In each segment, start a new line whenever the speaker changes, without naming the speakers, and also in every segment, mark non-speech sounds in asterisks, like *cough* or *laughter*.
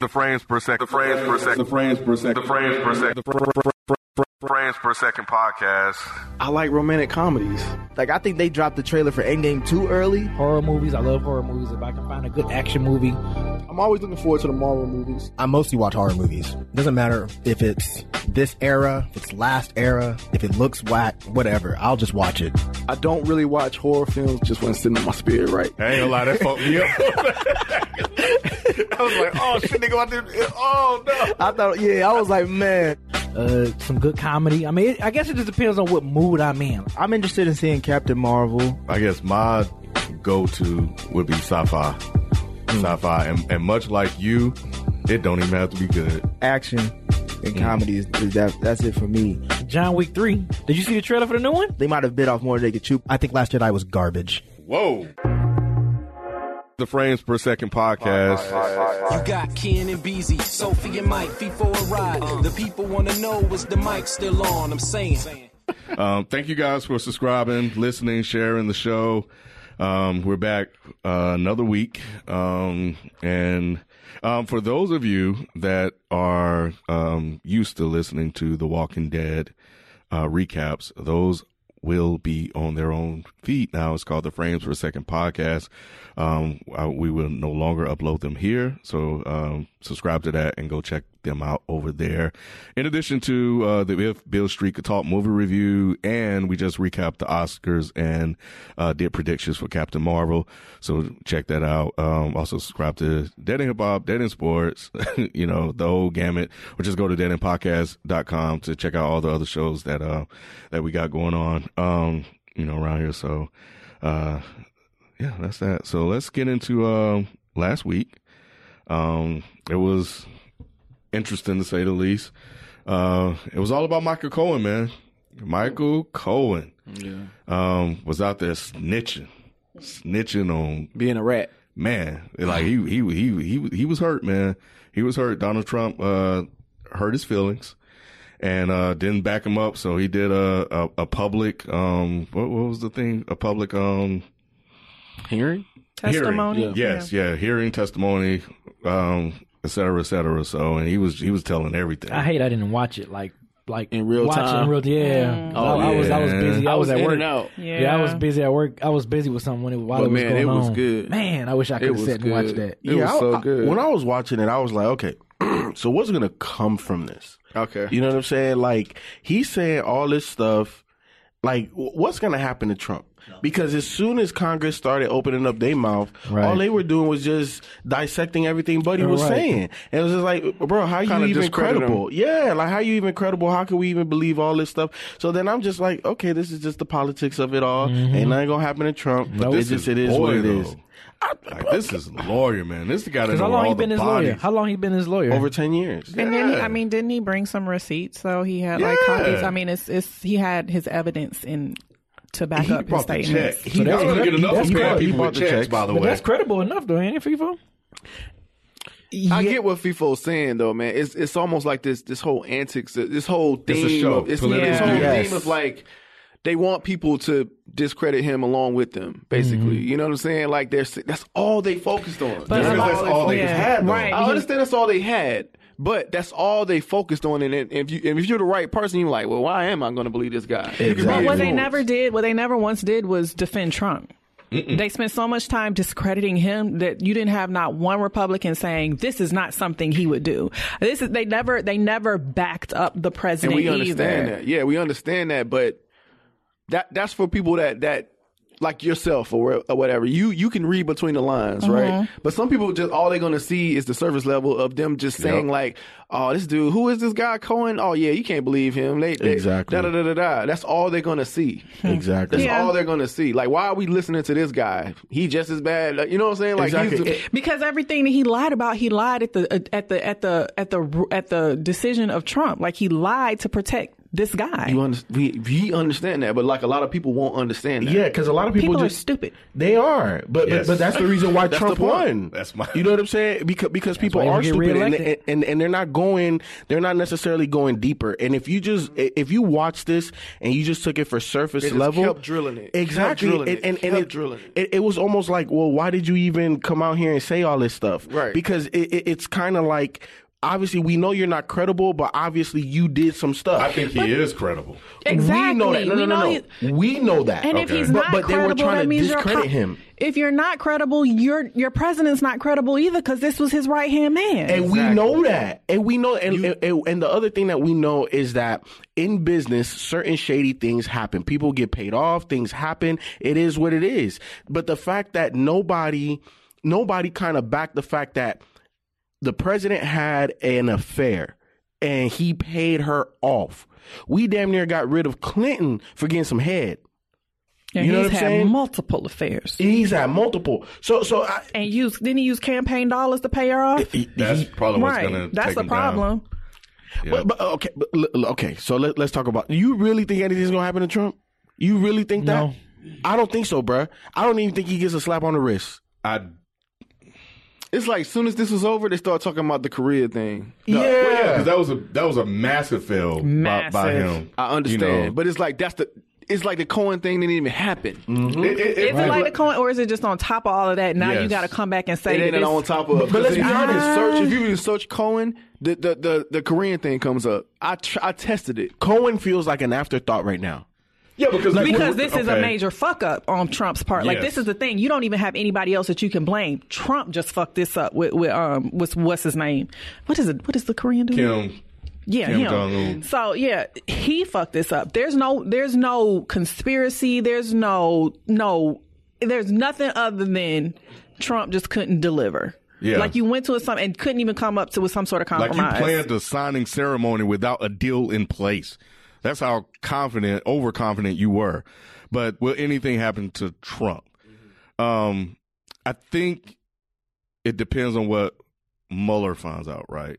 The frames per second. The frames per second.
The frames per second.
The frames per second. Frames per second podcast.
I like romantic comedies.
Like I think they dropped the trailer for Endgame too early.
horror movies. I love horror movies. If I can find a good action movie,
I'm always looking forward to the Marvel movies.
I mostly watch horror movies. Doesn't matter if it's this era, if it's last era, if it looks whack, whatever. I'll just watch it.
I don't really watch horror films just when it's sitting in my spirit, right?
I ain't gonna lie, that fucked me up. *laughs* I was like, oh shit, nigga, I did. Oh no.
I thought, yeah, I was like, man,
uh, some good comedy. I mean, it, I guess it just depends on what mood I'm in.
I'm interested in seeing Captain Marvel.
I guess my go-to would be sci-fi, Hmm. sci-fi, and, and much like you, it don't even have to be good.
Action
Mm.
and comedy is, is that that's it for me.
John Wick three. Did you see the trailer for the new one?
They might have bit off more than they could chew.
I think Last Jedi was garbage.
Whoa. The frames per second podcast.
You got Ken and BZ, Sophie and Mike, feet for a ride. The people wanna know is the mic still on? I'm saying.
Um, thank you guys for subscribing, listening, sharing the show. Um, we're back uh, another week, um, and um, for those of you that are um, used to listening to The Walking Dead uh, recaps, those will be on their own feed now. It's called the Frames for a Second podcast. Um, I- we will no longer upload them here, so um, subscribe to that and go check them out over there. In addition to uh, the If Bill Street Could Talk movie review, and we just recapped the Oscars and uh, did predictions for Captain Marvel, so check that out. Um, also subscribe to Dead in Hip Hop, Dead in Sports, *laughs* you know the whole gamut. Or just go to deadendpodcast.com to check out all the other shows that uh that we got going on. Um, you know around here. So, uh, yeah, that's that. So let's get into um last week. Um, it was interesting to say the least. Uh, it was all about Michael Cohen, man. Michael Cohen um, was out there snitching, snitching on
Being a rat.
man. Like he he he he he was hurt, man. He was hurt. Donald Trump uh, hurt his feelings and uh, didn't back him up. So he did a a, a public um what, what was the thing? A public um
Hearing?
testimony. Yes, yeah. hearing testimony, um, et cetera, et cetera. So and he was he was telling everything.
I hate I didn't watch it like like
In real
watch it
time?
in real yeah.
Oh,
I, I was I was
yeah.
busy. I, was,
in
at work.
and out.
Yeah. I was busy at work. I was busy with something when it while
But
it was
man,
going
it was
on.
good.
Man, I wish I could have
was
sat and watched
good.
that.
It was
I-
so
I-
good.
when I was watching it, I was like, okay, *clears throat* so what's gonna come from this?
Okay.
You know what I'm saying? Like he's saying all this stuff. Like wh- what's gonna happen to Trump? Because as soon as Congress started opening up their mouth,
Right.
all they were doing was just dissecting everything Buddy was
Right.
saying, and it was just like, bro, how
Kinda
you even
discredit him.
credible? Yeah, like how you even credible? How can we even believe all this stuff? So then I'm just like, okay, this is just the politics of it all. Ain't nothing gonna happen to Trump. But
This
this is, it is what
lawyer,
it is.
though. Like, this is lawyer, man. This is the guy that
Because
know
how long
all
he
the
been his lawyer?
bodies.
How long he been his lawyer?
Over ten years.
And then, he,
Yeah.
I mean, didn't he bring some receipts? So he had like
Yeah.
copies. I mean, it's it's he had his evidence in to back
He
up his
brought the check.
statements.
He
So that's
that's gonna
correct.
get enough
That's
of paying
correct.
people
He
with
bought the
checks,
checks.
by the
but
way.
that's credible enough though, ain't it, FIFA?
I get what FIFO is saying though, man. It's it's almost like this this whole antics, this whole
a
theme
show.
of it's,
Political
this whole
view.
theme of like they want people to discredit him along with them, basically. You know what I'm saying? Like they're that's all they focused on.
But
Because
a lot-
that's all they
yeah,
had, though.
Right.
I understand that's all they had, but that's all they focused on. And if you and if you're the right person, you're like, well, why am I going to believe this guy? You can be
But what they
influenced.
never did, what they never once did, was defend Trump. They spent so much time discrediting him that you didn't have not one Republican saying this is not something he would do. This is they never they never backed up the
and
president
we understand
either.
that. Yeah, we understand that, but that that's for people that that like yourself or, where- or whatever, you you can read between the lines,
Mm-hmm.
right? But some people just all they're gonna see is the surface level of them just saying like, "Oh, this dude, who is this guy Cohen? Oh yeah, you can't believe him." They, they-
Exactly.
Da, da, da, da, da. That's all they're gonna see. That's
Exactly.
Yeah.
all they're gonna see. Like, why are we listening to this guy? He just as bad. Like, you know what I'm saying? Like,
Exactly.
he's
because everything that he lied about, he lied at the uh, at the at the at the at the decision of Trump. Like he lied to protect this guy.
you under, we, we understand that, but like a lot of people won't understand that.
Yeah, because a lot of people,
People are
just-
stupid.
They are, but
Yes.
but, but that's the reason
*laughs*
why Trump
the point.
won.
That's my-
You know what I'm saying? Because because people
why he
are
didn't get
stupid and, and
reelected.
and and they're not going. They're not necessarily going deeper. And if you just if you watch this and you just took it for surface
They just
level,
kept drilling it, kept
exactly.
drilling
and
it,
and, and
kept
it,
drilling it.
it, it was almost like, well, why did you even come out here and say all this stuff?
Right.
Because it, it, it's kind of like. Obviously, we know you're not credible, but obviously you did some stuff.
I think he is credible.
Exactly.
We know that. No,
We
no,
know
no,
he-
no. We know that.
And if he's
But-
not
but, they
credible,
were trying
that
to
means
discredit
you're co-
him.
If you're not credible, your your president's not credible either because this was his right hand man.
And we know that. And we know and, and and the other thing that we know is that in business certain shady things happen. People get paid off, things happen. It is what it is. But the fact that nobody nobody kind of backed the fact that the president had an affair and he paid her off. We damn near got rid of Clinton for getting some head.
And
you know
he's
what I'm
had
saying?
multiple affairs.
He's had multiple. So so I,
and used didn't he use campaign dollars to pay her off?
That's probably what's going
right.
to
That's
take
the
him down.
problem.
But, but okay, but, l- l- okay. So let, let's talk about. You really think anything's gonna happen to Trump? You really think that?
No.
I don't think so, bruh. I don't even think he gets a slap on the wrist.
I uh,
It's like soon as this was over, they start talking about the career thing.
No, well, yeah,
Yeah.
because that was a that was a massive fail by, by
Massive.
him.
I understand,
You know,
but it's like that's the it's like the Cohen thing didn't even happen.
Mm-hmm.
it, it,
Is
it,
it like the coin, or is it just on top of all of that? Now you
Yes.
got to come back and say
It
that
ain't
it's-
on top of.
but let's
if
be
you
honest.
even search if you even search Cohen, the the the, the Korean thing comes up. I tr- I tested it.
Cohen feels like an afterthought right now.
yeah, because
because this is a
okay.
major fuck up on Trump's part. Like
Yes.
this is the thing. You don't even have anybody else that you can blame. Trump just fucked this up with, with um with what's his name? What is it? What is the Korean dude?
Kim.
yeah,
Kim
him.
Jong-un.
So yeah, he fucked this up. There's no there's no conspiracy. There's no no there's nothing other than Trump just couldn't deliver.
Yeah.
Like you went to a some and couldn't even come up to with some sort of
Like
compromise.
you planned the signing ceremony without a deal in place. That's how confident, overconfident you were. But will anything happen to Trump?
Mm-hmm.
Um, I think it depends on what Mueller finds out, right?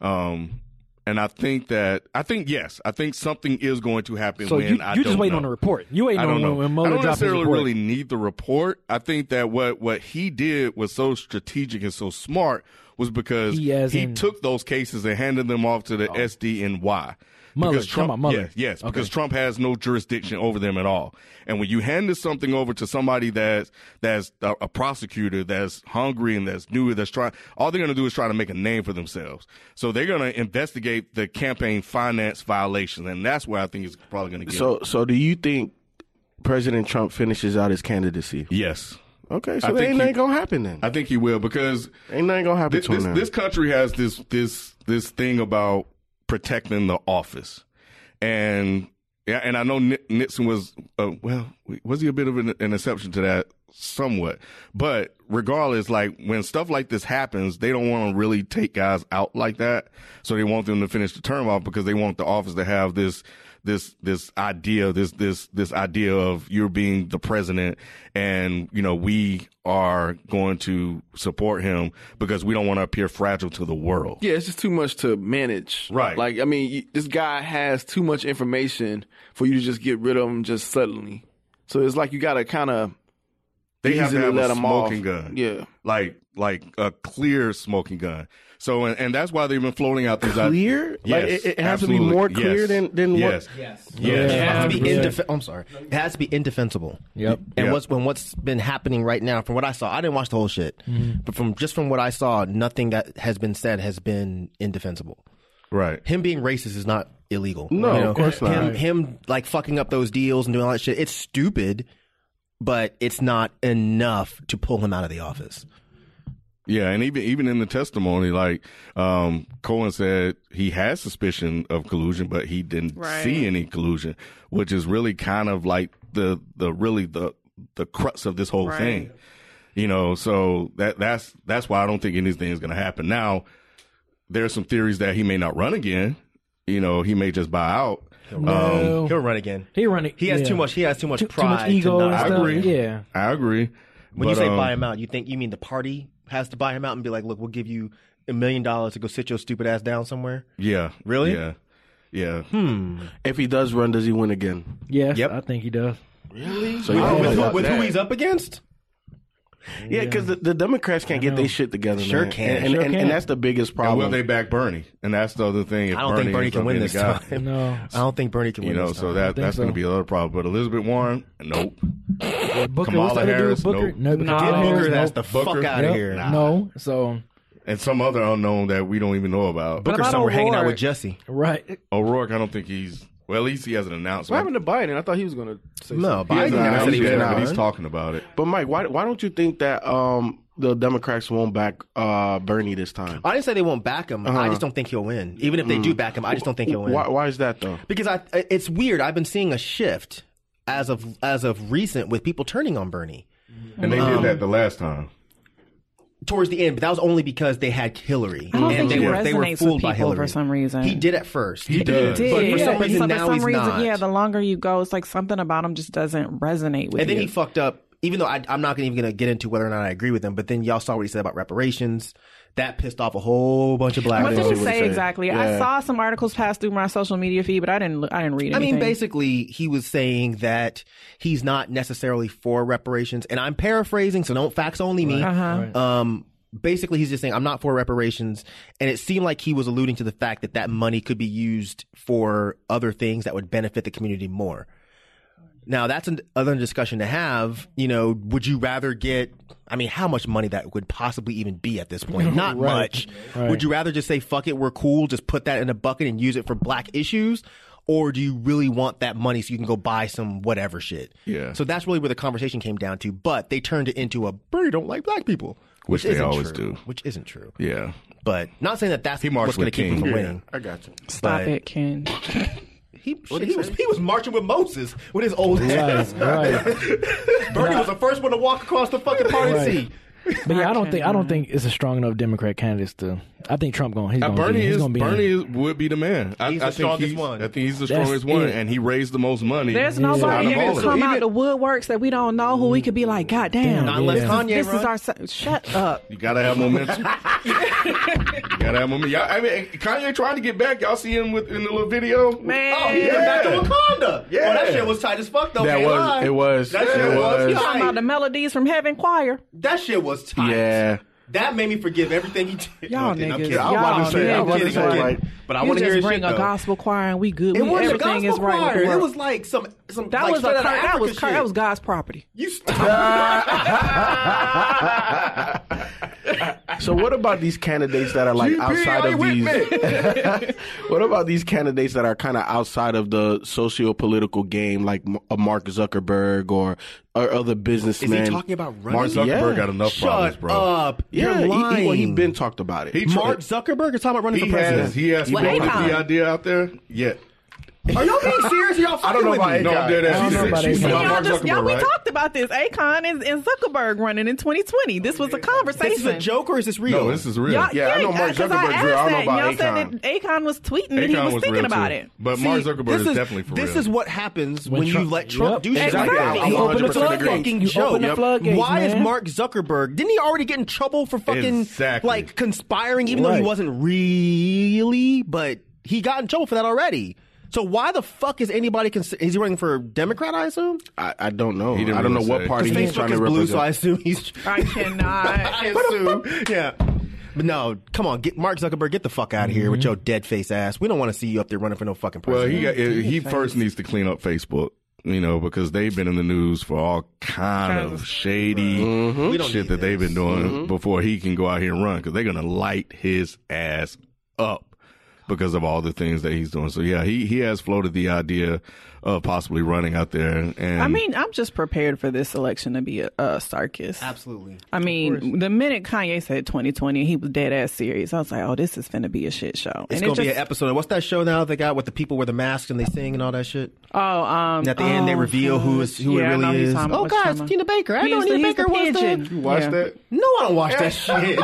Um, and I think that I think yes, I think something is going to happen.
So
when
you,
I
you
don't
just waiting
know.
on the report. You waiting
I don't
on
know.
when, when
I
Mueller
don't
drops his
necessarily
report.
really need the report. I think that what what he did was so strategic and so smart was because
He as in-
took those cases and handed them off to the SDNY.
Mueller,
because Trump,
come on, Mueller.
yeah, yes,
Okay.
because Trump has no jurisdiction over them at all. And when you handed something over to somebody that's that's a, a prosecutor that's hungry and that's new, that's trying, all they're going to do is try to make a name for themselves. So they're going to investigate the campaign finance violations, and that's where I think it's probably going to get.
So so do you think President Trump finishes out his candidacy?
yes.
Okay,
I
so
think
that ain't nothing
he-
gonna happen then.
I think he will because
ain't nothing gonna happen
Th-
to him.
this,
now.
this country has this this this thing about protecting the office, and yeah, and I know Ni- Nixon was uh, well, was he a bit of an, an exception to that, somewhat. But regardless, like when stuff like this happens, they don't want to really take guys out like that, so they want them to finish the term off because they want the office to have this this this idea this this this idea of you're being the president and you know we are going to support him because we don't want to appear fragile to the world
Yeah, it's just too much to manage.
Right.
Like I mean, you, this guy has too much information for you to just get rid of him just suddenly. So it's like you got to kind of
they have to
easily
have
let
a
'em off.
smoking gun
Yeah.
like like a clear smoking gun so and, and that's why they've been floating out these i-
Clear? Like,
yes
it- it has to be
absolutely.
more clear
Yes.
than- than what-
yes yes yes,
It has to be
Yeah.
indefe- I'm sorry. It has to be indefensible.
Yep.
And
Yep.
what's when what's been happening right now, from what I saw, I didn't watch the whole shit,
Mm-hmm.
but from just from what I saw, nothing that has been said has been indefensible.
right
Him being racist is not illegal.
No, of course
Him,
not.
him like fucking up those deals and doing all that shit. It's stupid, but it's not enough to pull him out of the office.
Yeah, and even even in the testimony, like um, Cohen said, he has suspicion of collusion, but he didn't
Right.
see any collusion, which is really kind of like the the really the the crux of this whole thing. You know, so that that's that's why I don't think anything is going to happen. Now, there's some theories that he may not run again. You know, he may just buy out.
No.
He'll run again.
Oh. He run it-
He has
yeah.
too much. He has too much
Too- too much
pride.
ego
To
and
not,
I
stuff.
agree.
yeah.
I agree. um,
When you say
um,
buy him out, you think you mean the party has to buy him out and be like, "Look, we'll give you a million dollars to go sit your stupid ass down somewhere."
yeah,
Really? Hmm.
yeah, yeah.
If he does run, does he win again?
Yes,
Yep.
I think he does.
So you don't know about
Oh, With who
that.
he's up against?
Yeah, because the, the Democrats can't get their shit together.
Sure
man.
can.
And, and,
Sure
and,
can.
and that's the biggest
And
problem.
will they back Bernie? And that's the other thing. If
I don't think Bernie
ends
can
up
win
being
this
the guy,
time.
No.
I don't think Bernie can
You
win
know,
this
so
time.
that that's going
so.
to be another problem. But Elizabeth Warren, nope.
Uh, Booker,
Kamala
what's the other dude?
Harris,
Booker?
no.
but
Get
Kamala
Get Booker
Harris,
that's
no.
the fuck
Booker.
out of
Yep.
here.
No, so
And some other unknown that we don't even know about.
But
Booker's
about
somewhere hanging out
O'Rourke?
with Jesse.
right.
O'Rourke, I don't think he's. Well, at least he hasn't announced.
What happened to Biden? I thought he was going to say
No,
He
Biden
hasn't
never said
announced
he was
yet,
out.
but he's talking about it.
but Mike, why why don't you think that um, the Democrats won't back uh, Bernie this time?
I didn't say they won't back him. I just don't think he'll win. Even if they do back him, I just don't think he'll win.
Uh-huh. Mm. Why, why is that though?
Because I, it's weird. I've been seeing a shift as of as of recent with people turning on Bernie
And they did that the last time.
towards the end, but that was only because they had Hillary
I don't
and
think
they
he
were they were
resonates with
fooled by
people
Hillary
for some reason.
He did at first.
He does.
did.
But for some
Yeah,
reason
so for
now
some
he's
reason,
not.
Yeah, the longer you go, it's like something about him just doesn't resonate with
and then
you.
he fucked up. Even though I, I'm not gonna even gonna get into whether or not I agree with him, but then y'all saw what he said about reparations. That pissed off a whole bunch of black
what did
people.
he say exactly? I saw some articles pass through my social media feed, but I didn't. I didn't read.
I
Anything.
mean, basically, he was saying that he's not necessarily for reparations, and I'm paraphrasing, so don't facts only me. Um, basically, he's just saying I'm not for reparations, and it seemed like he was alluding to the fact that that money could be used for other things that would benefit the community more. Now, that's an, another discussion to have. You know, would you rather get? I mean, how much money that would possibly even be at this point? Not much. Would you rather just say "fuck it, we're cool," just put that in a bucket and use it for black issues, or do you really want that money so you can go buy some whatever shit?
Yeah.
So that's really where the conversation came down to. But they turned it into a "Bernie don't like black people,"
Which they
isn't
always
true,
do.
Which isn't true.
Yeah.
But not saying that that's
He marched
what's going
with
to keep him
King.
from
Yeah,
winning.
I got you.
stop
*laughs*
it, Ken.
He, he was he was marching with Moses with his old ass. *laughs* Bernie was the first one to walk across the fucking party
Right.
seat.
But yeah, I don't think I don't think it's a strong enough Democrat candidate to. I think Trump going. He's
Uh,
going.
Bernie
be, he's
is
gonna be in.
Bernie is, would be the man. I,
He's
I
the
think
strongest
he's-
one.
I think he's the
That's
strongest one,
it.
and he raised the most money.
There's
out
nobody
of
that
all
could
of
come
them.
out the woodworks that we don't know who we could be like. God damn,
Not unless
Yeah.
Kanye
this
runs.
is our. se-
*laughs*
Shut up.
You gotta have momentum. you gotta have momentum. Y'all, I mean, Kanye trying to get back. Y'all see him with in the little video,
Man.
Oh, he went back to Wakanda.
Yeah.
Yeah. that shit was tight as fuck though.
That
can't
was-
lie.
it was.
That
It
shit was,
was.
You talking about the
tight.
melodies from Heaven Choir?
That shit was tight.
Yeah.
That made me forgive everything he did.
Y'all
I'm kidding, I'm
niggas.
kidding.
Y'all
I'm kidding, I'm
niggas
kidding, I'm
are-
kidding. But I
you
want to
just
hear his
bring
shit,
a
though.
gospel choir and we good.
It
we,
was a
everything
gospel
is right.
choir.
With the
It
world.
was like some some
that
like
was a
straight
cur-
outta
that was
Africa
cur-
shit.
that was God's property.
You stop.
So what about these candidates that are like outside of these? *laughs* what about these candidates that are kind of outside of the socio-political game, like M- a Mark Zuckerberg or, or other
Is he
businessmen?
talking about running?
Mark Zuckerberg
Yeah.
got enough problems,
Shut
bro.
up.
yeah,
You're
he-
lying.
He, well, he been talked about it.
He tr-
Mark Zuckerberg is talking about running
He
for president.
has he has
Well,
floated
Akon.
the idea out there yet.
Are y'all being serious? Or y'all fucking
don't know
with
about
me?
No, I'm dead
I don't know
ass
about
serious. She's
Akon. Y'all
about
Y'all
Mark
just y'all
Zuckerberg,
we
right?
talked about this. Akon and, and Zuckerberg running in 2020. This was a conversation.
This is a joke or is this real?
No, this is real.
Y'all,
Yeah, I know Mark
'cause
Zuckerberg
asked
drew. I don't know
that, and
about
Y'all said that Akon was tweeting that he
Akon
was,
was real,
thinking about
too.
it.
But Mark
See,
Zuckerberg
this
is definitely for
This
real.
is what happens when,
When
you
Trump-
let Trump
Yep.
do shit
Exactly.
like that.
You
Oh,
open the
it's a
floodgates.
fucking
You
joke.
open the floodgates,
Why is
man.
Mark Zuckerberg? Didn't he already get in trouble for fucking
Exactly.
like conspiring, even though he
Right.
wasn't really? But he got in trouble for that already. So why the fuck is anybody? Cons- is he running for Democrat? I assume.
I, I don't know. I
didn't
don't know
really
what
say.
party he's
Facebook
trying
is
to
blue,
represent.
so I assume he's.
I
*laughs*
cannot.
I assume. Yeah. But no, come on, get Mark Zuckerberg, get the fuck out of here with your dead face ass. We don't want to see you up there running for no fucking
Mm-hmm. Well,
president.
he got, he first needs to clean up Facebook, you know, because they've been in the news for all kind of shady
Mm-hmm.
shit that they've been
Mm-hmm.
doing before he can go out here and run because they're gonna light his ass up. because of all the things that he's doing. So yeah, he he has floated the idea of possibly running out there. And
I mean, I'm just prepared for this election to be a, a circus.
Absolutely.
I mean, the minute Kanye said 2020, he was dead ass serious. I was like, oh, this is gonna be a shit show.
It's
And it
gonna be
just-
an episode. What's that show now? They got with the people wear the masks and they sing and all that shit.
Oh, um,
And at the end, they
oh,
reveal who is who
yeah, I
it
know who
really
you're
is.
talking about.
Oh
What you talking
God,
about?
Tina Baker. I
He's
know
the-
Nina
he's
Baker
the
was
pigeon. Oh,
the.
You watched Yeah. that?
No, I don't watch
*laughs*
that shit.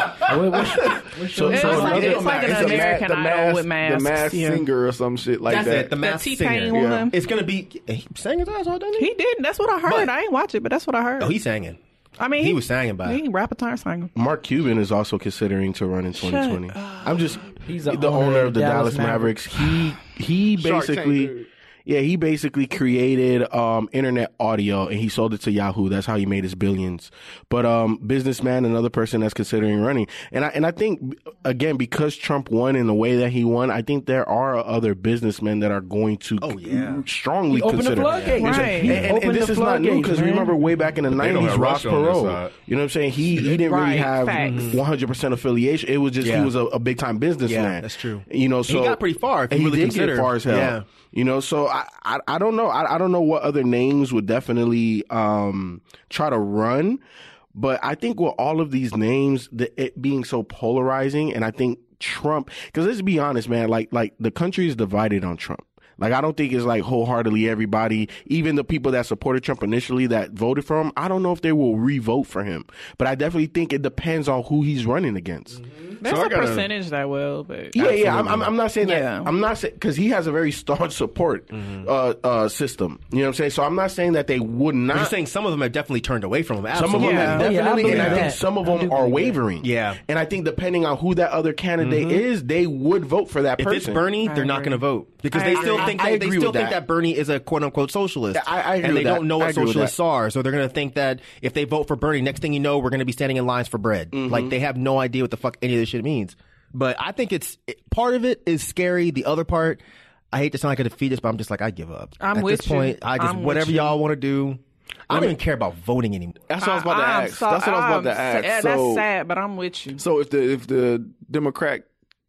So,
It's
so
like-
another-
it's like an
a ma-
American
the
Idol
mask-
with masks,
The mask
yeah.
singer or some shit like
That's
that.
it. The mask
T-Pain
singer.
woman.
It's gonna be. He sang his ass all day.
He did. That's what I heard.
But-
I ain't watch it, but that's what I heard.
Oh, he sang it.
I mean,
he was singing by it.
He rap a time sang.
Mark Cuban is also considering to run in 2020. I'm just
He's
he's
the
the,
owner
owner,
of
of the
Dallas
Dallas, Mavericks. He he
Shark Tank
basically
dude.
yeah, he basically created um, internet audio and he sold it to Yahoo. That's how he made his billions. But um, businessman, another person that's considering running, and I and I think again because Trump won in the way that he won, I think there are other businessmen that are going to
Oh,
yeah.
strongly
He opened the
consider.
floodgates.
And-
Right.
and, and
Opened
this
the
is not new
floodgates,
because
man.
remember way back in the
they don't
nineties,
have
Ross
Russia on their
Perot.
side.
You know what I'm saying? He he didn't really
Right,
have
facts.
100 percent affiliation. It was just
Yeah.
he was a, a big time businessman.
Yeah, that's true.
You know, so
got pretty far, if
and
you really
he did
consider.
get far as hell.
Yeah.
You know, so I, I I don't know. I I don't know what other names would definitely um try to run, but I think with all of these names, the, it being so polarizing, and I think Trump, because let's be honest, man, like like the country is divided on Trump. Like I don't think it's like wholeheartedly everybody, even the people that supported Trump initially that voted for him. I don't know if they will re-vote for him, but I definitely think it depends on who he's running against.
There's
So I
a
gotta-
percentage that will, but
Yeah, yeah. I'm, I'm, I'm not saying
Yeah.
that. I'm not saying because he has a very staunch support uh, uh, system. You know what I'm saying? So I'm not saying that they would
Mm-hmm. But you're
Uh,
not.
saying some of them have definitely turned away from him.
Some of them
Absolutely.
have
Yeah. Oh, yeah, I
definitely, and I
believe
think
that.
some of them are wavering.
Yeah. Mm-hmm.
and I think depending on who that other candidate is, they would vote for that
If
person.
it's Bernie, they're not going to vote because they still
agree.
think
I- I
that, they
agree
still
with
think
that.
that Bernie is a quote unquote socialist.
Yeah, I- I
and
agree
they
with that.
don't know
I
what
agree with
socialists
that.
are, so they're going to think that if they vote for Bernie, next thing you know, we're going to be standing in lines for bread.
Mm-hmm.
Like they have no idea what the fuck any of this shit means. But I think it's it- part of it is scary. The other part, I hate to sound like a defeatist, but I'm just like I give up.
I'm
At
with
this
you.
point, I just
I'm with
whatever
you.
y'all want to do. I don't even care about voting anymore.
That's what I was about to
I'm
ask.
so-
that's what I was about to
I'm
ask.
sa- yeah,
so,
that's sad, but I'm with you.
so if the if the Democrat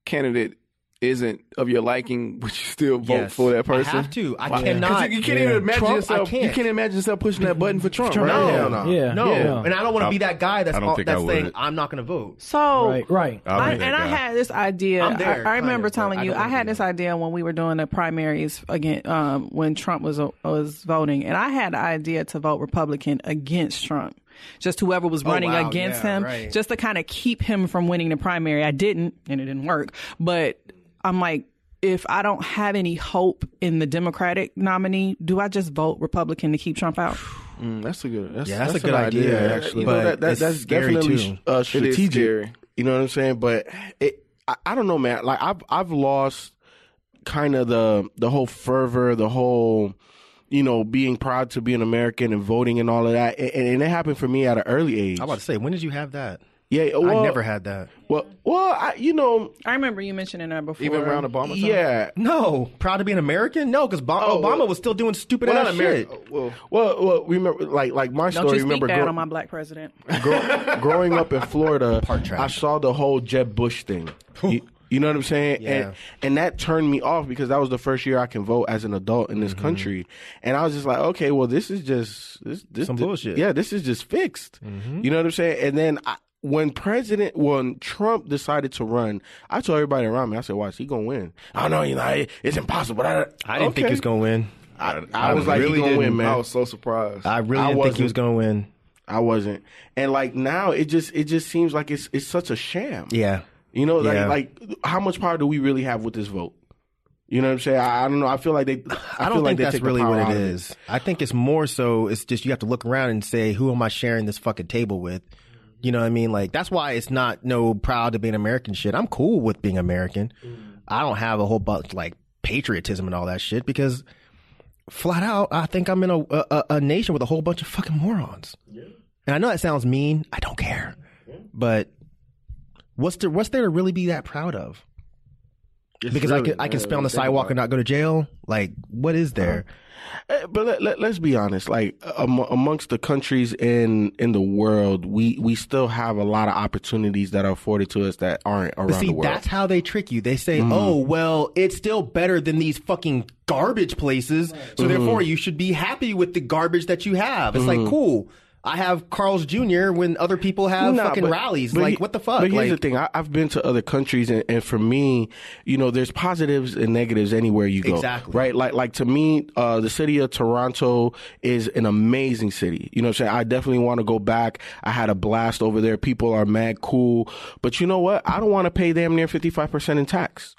candidate isn't of your liking, *laughs* would you still vote
Yes.
for that
I
person?
have to. I
'Cause you-
cannot.
You, can't
Yeah.
even imagine
Trump, I
yourself. You
can't.
can't imagine yourself pushing that button for Trump.
Trump,
right?
no.
Hell no.
Yeah.
No,
Yeah.
and I don't want to
I-
be that guy that's
I don't
all-
think I
that's saying
would.
I'm not going to vote.
So
Right, right.
I'll be
I,
that
and I
guy.
had this idea.
I'm there,
I, I
kind
remember
of, but
telling
I
you,
don't
I
wanna
had
be
this
that.
idea when we were doing the primaries again, um, when Trump was uh, was voting, and I had the idea to vote Republican against Trump, just whoever
Oh,
was running
wow,
against
yeah,
him,
right.
just to kind of keep him from winning the primary. I didn't, and it didn't work. But I'm like. If I don't have any hope in the Democratic nominee, do I just vote Republican to keep Trump out?
Mm, that's a good. That's,
Yeah, that's a
an
good idea, actually,
You know,
but
that- that-
it's
that's
scary,
definitely
too.
uh,
It is
strategic.
scary.
You know what I'm saying? But it, I, I don't know, man. Like I've I've lost kind of the the whole fervor, the whole you know being proud to be an American and voting and all of that. And, and it happened for me at an early age.
I was about to say, when did you have that?
yeah, well,
I never had that.
Well, well, I, you know,
I remember you mentioning that before.
Even around Obama. time?
yeah.
No, proud to be an American? No, because
Oh,
Obama
well-
was still doing stupid
Well,
ass
not Ameri-
shit.
Well, well, well, remember, like, like my
Don't
story.
you speak
remember,
bad
grow-
on my black
*laughs*
president.
grow- growing up in Florida,
trash.
I saw the whole Jeb Bush thing. You, you know what I'm saying?
Yeah.
And and that turned me off because that was the first year I can vote as an adult in this country, and I was just like, okay, well, this is just this, this
Some
this-
bullshit.
Yeah, this is just fixed. You know what I'm saying? And then I, when President when Trump decided to run, I told everybody around me, I said, watch, he gonna win. I know, you know, it- it's impossible. I,
I didn't think he was going to win.
I, I was like,
really
he gonna
didn't-
win, man.
I was so surprised.
I really
I
didn't think he
wasn't.
was going to win.
I wasn't. And like now, it just it just seems like it's it's such a sham.
Yeah.
You know, like
Yeah.
like how much power do we really have with this vote? You know what I'm saying? I, I don't know. I feel like they. I,
I
feel
don't
like
think
they
that's
take the
really
power
what
out
it
of
is. I think it's more so it's just you have to look around and say, who am I sharing this fucking table with? You know what I mean? Like that's why it's not no proud to be an American shit. I'm cool with being American. I don't have a whole bunch like patriotism and all that shit because flat out, I think I'm in a a, a- a nation with a whole bunch of fucking morons. And I know that sounds mean. I don't care, but what's there what's there to really be that proud of? because I can I can spit on the sidewalk and not go to jail. Like, what is there?
Eh, But let, let, us be honest, like am, amongst the countries in in the world, we we still have a lot of opportunities that are afforded to us that aren't around
But see,
the world. Mm.
that's how they trick you. They say, "Oh, well, it's still better than these fucking garbage places, so
Mm-hmm.
therefore you should be happy with the garbage that you have." It's
Mm-hmm.
like, cool. I have Carl's Jr. when other people have
Nah,
fucking
but-
rallies.
but
like,
he-
what the fuck?
But
Like,
here's the thing: I, I've been to other countries, and, and for me, you know, there's positives and negatives anywhere you go.
Exactly.
Right? Like, like to me, uh, the city of Toronto is an amazing city. You know, what I'm saying I definitely want to go back. I had a blast over there. People are mad cool, but you know what? I don't want to pay damn near fifty five percent in tax.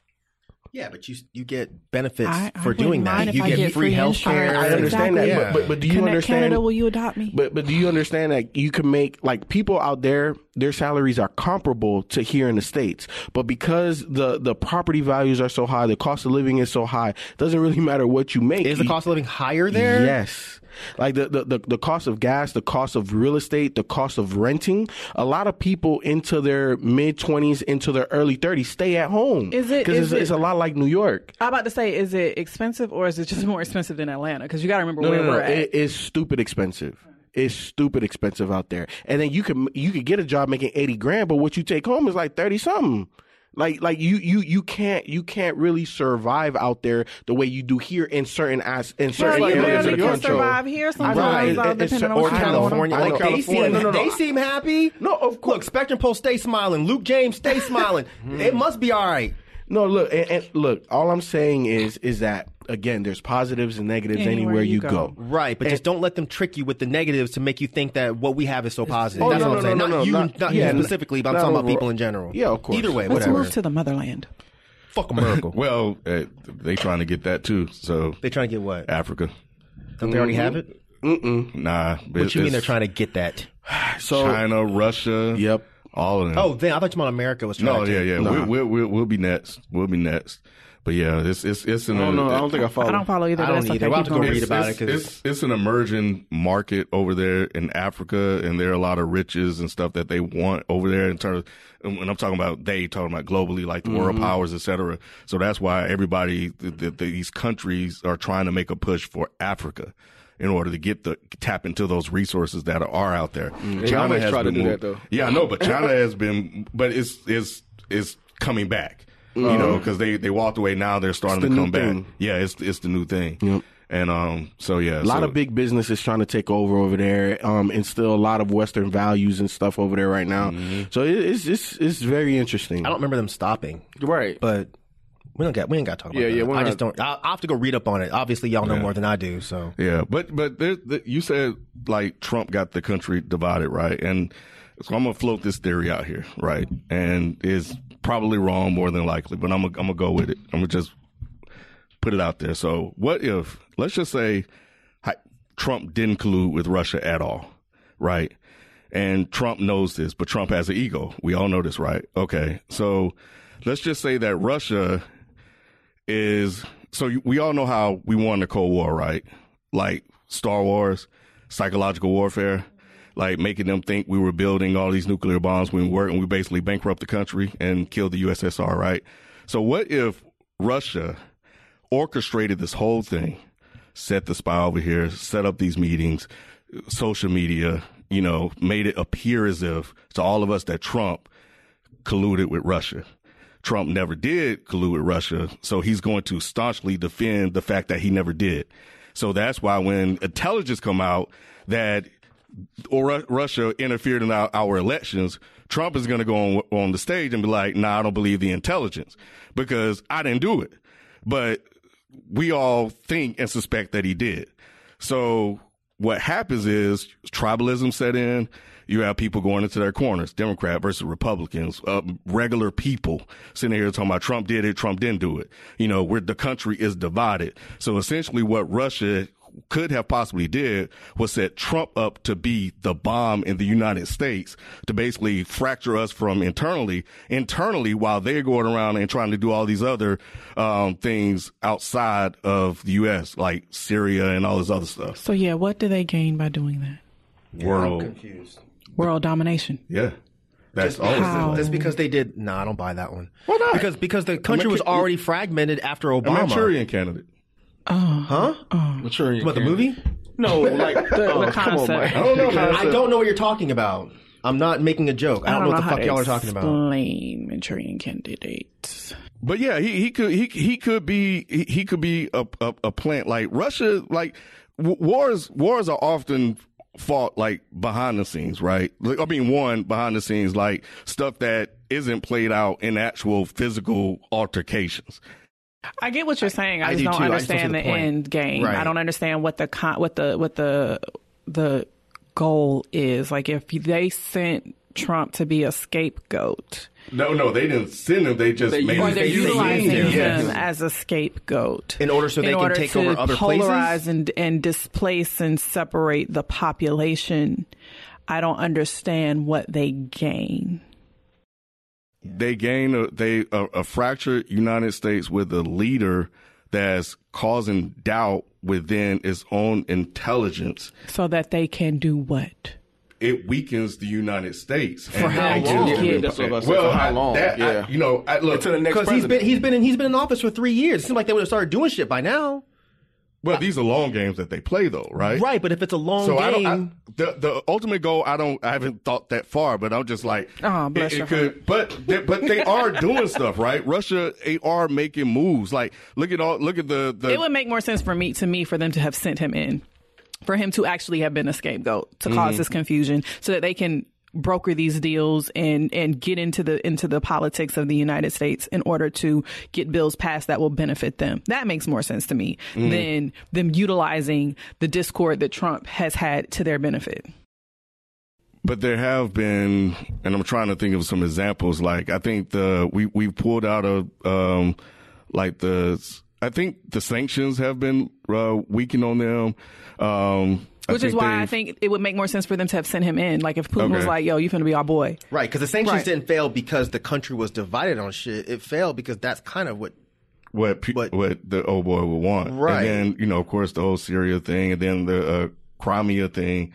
yeah, but you you get benefits
I- I
for
wouldn't
doing that.
mind if
You
I
get,
get
free
free
health care.
insurance.
I understand
Exactly.
that,
Yeah.
but, but but do you
Connect
understand?
Canada, will you adopt me?
But but do you understand that you can make like people out there their salaries are comparable to here in the states, but because the the property values are so high, the cost of living is so high, doesn't really *laughs* matter what you make.
Is the
You-
cost of living higher there?
Yes. Like the, the, the, the cost of gas, the cost of real estate, the cost of renting. A lot of people into their mid 20s, into their early 30s stay at home.
Is it-
Because it's,
is it-
it's a lot like New York.
I'm about to say, is it expensive or is it just more expensive than Atlanta? Because you got to remember
No,
where
no, no.
we're at.
It is stupid expensive. It's stupid expensive out there. And then you can you could get a job making eighty grand, but what you take home is like thirty something. Like like you you you can't you can't really survive out there the way you do here in certain as in
Well,
certain
you
areas
barely
of the
can
country.
survive here sometimes,
Right.
all
It- it's-
depending on
or
what kind of
California.
Or
Like, they, seem,
California. No, no, no.
they seem happy.
No, of course. Hmm.
Look, Spectrum Pole stay smiling. Luke James stay
*laughs*
smiling. it must be all right.
No, look, and, and look. All I'm saying is, is that again, there's positives and negatives anywhere, you, go.
Right, but just don't let them trick you with the negatives to make you think that what we have is so positive.
Oh,
That's
no,
what
no,
I'm saying.
no,
not
no,
you,
not-
not,
yeah,
you specifically, but I'm
not
talking about
overall.
people in general.
Yeah, of course.
Either way,
Let's
whatever.
move to the motherland.
*laughs*
Fuck America.
Well, uh, they trying to get that too. So
they trying to get what?
Africa,
Don't they already have it?
nah.
What you mean they're trying to get that?
So
China, Russia.
Yep.
all of them.
Oh, then I thought you meant America was trying
no,
to.
yeah, yeah. We'll, we'll, we'll, we'll be next. We'll be next. But yeah, it's it's it's an.
I don't know. I don't think I follow.
I don't follow either.
I
but
don't
that's
either.
Okay.
We'll have
keep
to go
going.
read about
it's,
it because
it's it's an emerging market over there in Africa, and there are a lot of riches and stuff that they want over there in terms. And when I'm talking about they, talking about globally, like the world powers, etc. So that's why everybody, th th these countries are trying to make a push for Africa. In order to get the tap into those resources that are out there,
always try to do
mov-
that, though.
Yeah, I know, but China has been, but it's it's it's coming back. You know, because they they walked away. Now they're starting
It's
to
the
come
new
back.
thing.
Yeah, it's it's the new thing. And um, so yeah,
a lot of big businesses trying to take over over there, um, and still a lot of Western values and stuff over there right now. So it, it's it's it's very interesting.
I don't remember them stopping.
Right.
but we don't got we ain't got to talk about
Yeah,
that.
yeah, we're
I
not-
just don't. I'll, I'll have to go read up on it. Obviously, y'all know more than I do. So
yeah, but but there, the, you said like Trump got the country divided, right? And so I'm gonna float this theory out here, right? And it's probably wrong more than likely, but I'm gonna, I'm gonna go with it. I'm gonna just put it out there. So what if let's just say hi- Trump didn't collude with Russia at all, right? And Trump knows this, but Trump has an ego. We all know this, right? Okay, so let's just say that Russia is so you- we all know how we won the Cold War, right? Like Star Wars, psychological warfare, like making them think we were building all these nuclear bombs when we weren't. and We basically bankrupt the country and killed the USSR, right? So what if Russia orchestrated this whole thing, set the spy over here, set up these meetings, social media, you know, made it appear as if to all of us that Trump colluded with Russia. Trump never did collude with Russia, so he's going to staunchly defend the fact that he never did. So that's why when intelligence come out that or Ru- Russia interfered in our, our elections, Trump is going to go on on the stage and be like, "Nah, I don't believe the intelligence because I didn't do it." But we all think and suspect that he did. So what happens is tribalism set in. You have people going into their corners, Democrat versus Republicans, uh, regular people sitting here talking about Trump did it, Trump didn't do it. You know, where the country is divided. So essentially what Russia could have possibly did was set Trump up to be the bomb in the United States to basically fracture us from internally, internally while they're going around and trying to do all these other um, things outside of the U.S., like Syria and all this other stuff.
So yeah, what do they gain by doing that?
World,
World domination.
yeah, That's
just,
always
because,
the
just because they did. No, I don't buy that one.
Why not?
Because because the country was
Manchurian-
already fragmented after
a
Obama.
Manchurian candidate.
Huh?
Maturity.
What the movie?
No, like
Oh,
the concept.
I don't know. man.
I don't know what you're talking about. I'm not making a joke. I don't, know what the fuck y'all are talking about.
Explain Manchurian candidates.
But yeah, he he could he he could be he, he could be a, a a plant like Russia like w- wars wars are often fought like behind the scenes, right? Like, I mean, one behind the scenes like stuff that isn't played out in actual physical altercations.
I get what you're saying. I,
I
just
do
don't
too. I just don't see
understand
the
the,
point.
end game.
Right.
I don't understand what the con- what the what the the goal is. Like if they sent Trump to be a scapegoat,
No, no, they didn't send him. They just
They
made
used-
or
him.
they're
they
They
utilizing
used
him as a scapegoat
In order so they can take
to
over other places?
polarize and and displace and separate the population. I don't understand what they gain.
they gain a, they a, a fractured United States with a leader that's causing doubt within its own intelligence.
so that they can do what?
It weakens the United States for
how long? Yeah,
that's what I was saying.
well,
For how
I-
long?
that- I-
Yeah.
you know, I, look
to the next
Because he's
president.
been he's been in he's been in office for three years. It seems like they would have started doing shit by now.
Well, these are long games that they play, though, right?
Right, but if it's a long
So
game,
I don't. I, the the ultimate goal, I don't. I haven't thought that far, but I'm just like,
Aw, bless
it,
your
it could. But they, but they are doing stuff, right? Russia they are making moves. Like look at all. Look at the the.
It would make more sense for me to me for them to have sent him in, for him to actually have been a scapegoat to cause this confusion, so that they can broker these deals and and get into the into the politics of the United States in order to get bills passed that will benefit them. That makes more sense to me than them utilizing the discord that Trump has had to their benefit.
But there have been, and I'm trying to think of some examples. Like I think the we we pulled out of um, like the I think the sanctions have been uh, weakened on them. Um,
Which is why I
they've-
think it would make more sense for them to have sent him in. Like if Putin was
Okay.
like, "Yo, you finna be our boy,"
right? Because the sanctions
Right.
didn't fail because the country was divided on shit. It failed because that's kind of what
what pe-
But-
what the old boy would want.
Right.
And then you know, of course, the whole Syria thing, and then the uh, Crimea thing.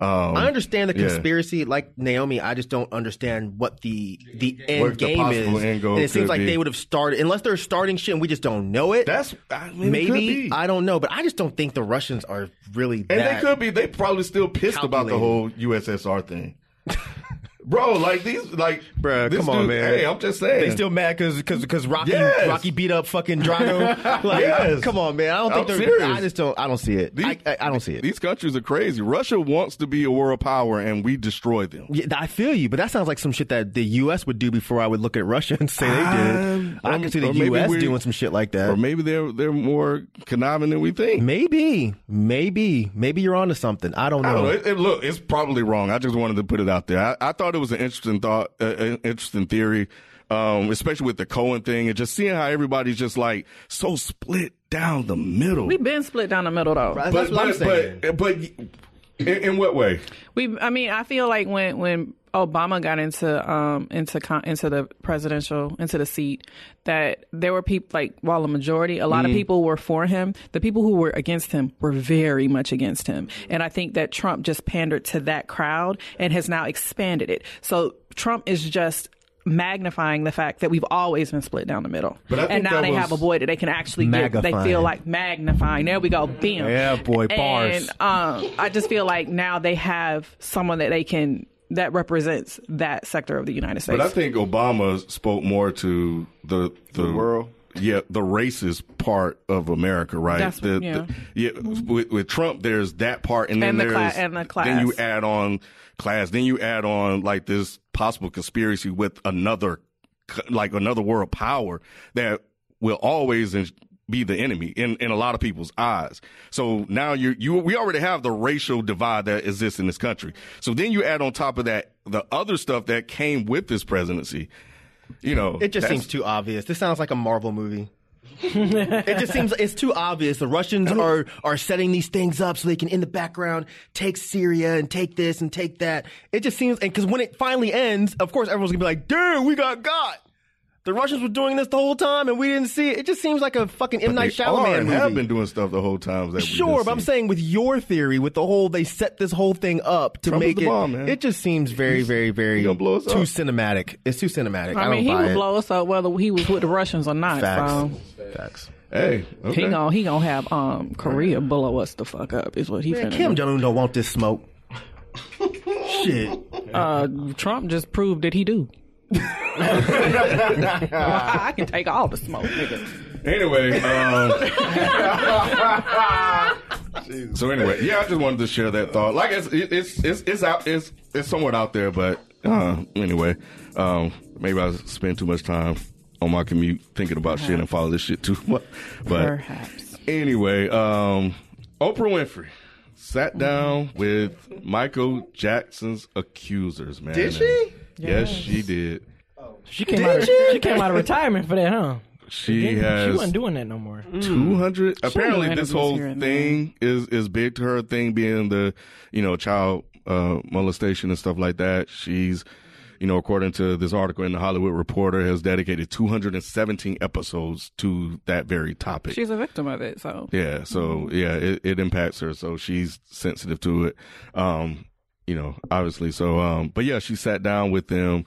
Um,
I understand the
yeah.
conspiracy, like Naomi. I just don't understand what the the end
What the
game
possible
is.
end goal
and it seems
could
like
be.
they would have started, unless they're starting shit and we just don't know it.
That's I mean, it could
maybe
be.
I don't know, but I just don't think the Russians are really.
and
that.
they could be. They probably still pissed about the whole
Calculated.
USSR thing. *laughs* Bro, like these, like,
Bruh,
this
come on,
dude-
man.
Hey, I'm just saying.
They still mad because because because Rocky
Yes.
Rocky beat up fucking
*laughs*
Drago. Like,
Yes.
come on, man. I don't think
I'm
they're.
serious.
I just don't. I don't see it.
These-
I, I, I don't see it.
These countries are crazy. Russia wants to be a world power, and we destroy them.
Yeah, I feel you, but that sounds like some shit that the U.S. would do before I would look at Russia and say they did.
Um,
I
um,
can see
or
the
maybe
U.S.
we-
doing some shit like that.
Or maybe they're they're more conniving than we think.
Maybe, maybe, maybe you're onto something. I don't know.
I don't know. It, it- look, it's probably wrong. I just wanted to put it out there. I, I thought it was an interesting thought, uh, uh, interesting theory, um, especially with the Cohen thing and just seeing how everybody's just like so split down the middle.
we've been split down the middle though.
That's
but,
what I'm
but,
saying.
but but in, in what way?
We, I mean, I feel like when when Obama got into um into con- into the presidential into the seat, that there were people like while a majority, a
Mm-hmm.
lot of people were for him. The people who were against him were very much against him, and I think that Trump just pandered to that crowd and has now expanded it. So Trump is just magnifying the fact that we've always been split down the middle
But I think
and now
that
they
was-
have avoided they can actually get they feel
Magnifying.
like magnifying there we go bam
Yeah, boy, bars.
And, um, I just feel like now they have someone that they can that represents that sector of the United States.
But I think Obama spoke more to the the,
world?
Yeah, the racist part of America, right?
That's-
the, the-
yeah.
yeah, with, with Trump, there's that part, and then
And the cla-
there's
and the class.
Then you add on class. Then you add on like this possible conspiracy with another, c- like another world power that will always in- be the enemy in, in a lot of people's eyes. So now you you we already have the racial divide that exists in this country. So then you add on top of that the other stuff that came with this presidency. You know,
It just
that's-
seems too obvious. This sounds like a Marvel
*laughs*
movie. it just seems it's too obvious. The Russians are are setting these things up so they can, in the background, take Syria and take this and take that. It just seems, and because when it finally ends, of course, everyone's gonna be like, "Dude, we got got." the Russians were doing this the whole time and we didn't see it. It just seems like a fucking M Night
They are
Shyamalan
and
movie.
have been doing stuff the whole time. That we
Sure,
did
but I'm
see.
saying with your theory, with the whole they set this whole thing up to
Trump is
make
the
it.
bomb, man.
It just seems very, very, very
gonna blow us
too
up.
cinematic. It's too cinematic. I,
I
don't
mean, he
buy
would
it.
blow us up whether he was with the Russians or not.
Facts.
So
Facts.
Hey,
he
okay.
gonna he gonna have um Korea blow us the fuck up is what he
Man,
finna
Kim
Mm-hmm.
do.
Jong Un don't want this smoke. Shit.
Uh, Trump just proved that he do. I can take all the smoke, nigga.
Anyway, um, so anyway, yeah, I just wanted to share that thought. Like it's it's it's it's out it's it's somewhat out there, but uh, anyway, um, maybe I spend too much time on my commute thinking about shit and follow this shit too much. But
Perhaps.
anyway, um, Oprah Winfrey sat down with Michael Jackson's accusers. Man,
Did she?
Yes, she did.
She came out. Of, she came out of retirement for that, huh?
She has.
She wasn't doing that no more.
Two hundred. Apparently,
had
this
to be
whole
here and
thing is is big to her. Thing being the you know child uh, molestation and stuff like that. She's you know according to this article in the Hollywood Reporter has dedicated two hundred and seventeen episodes to that very topic.
She's a victim of it, so
yeah. So
Mm-hmm.
yeah, it, it impacts her. So she's sensitive to it. Um, you know, obviously. So um, but yeah, she sat down with them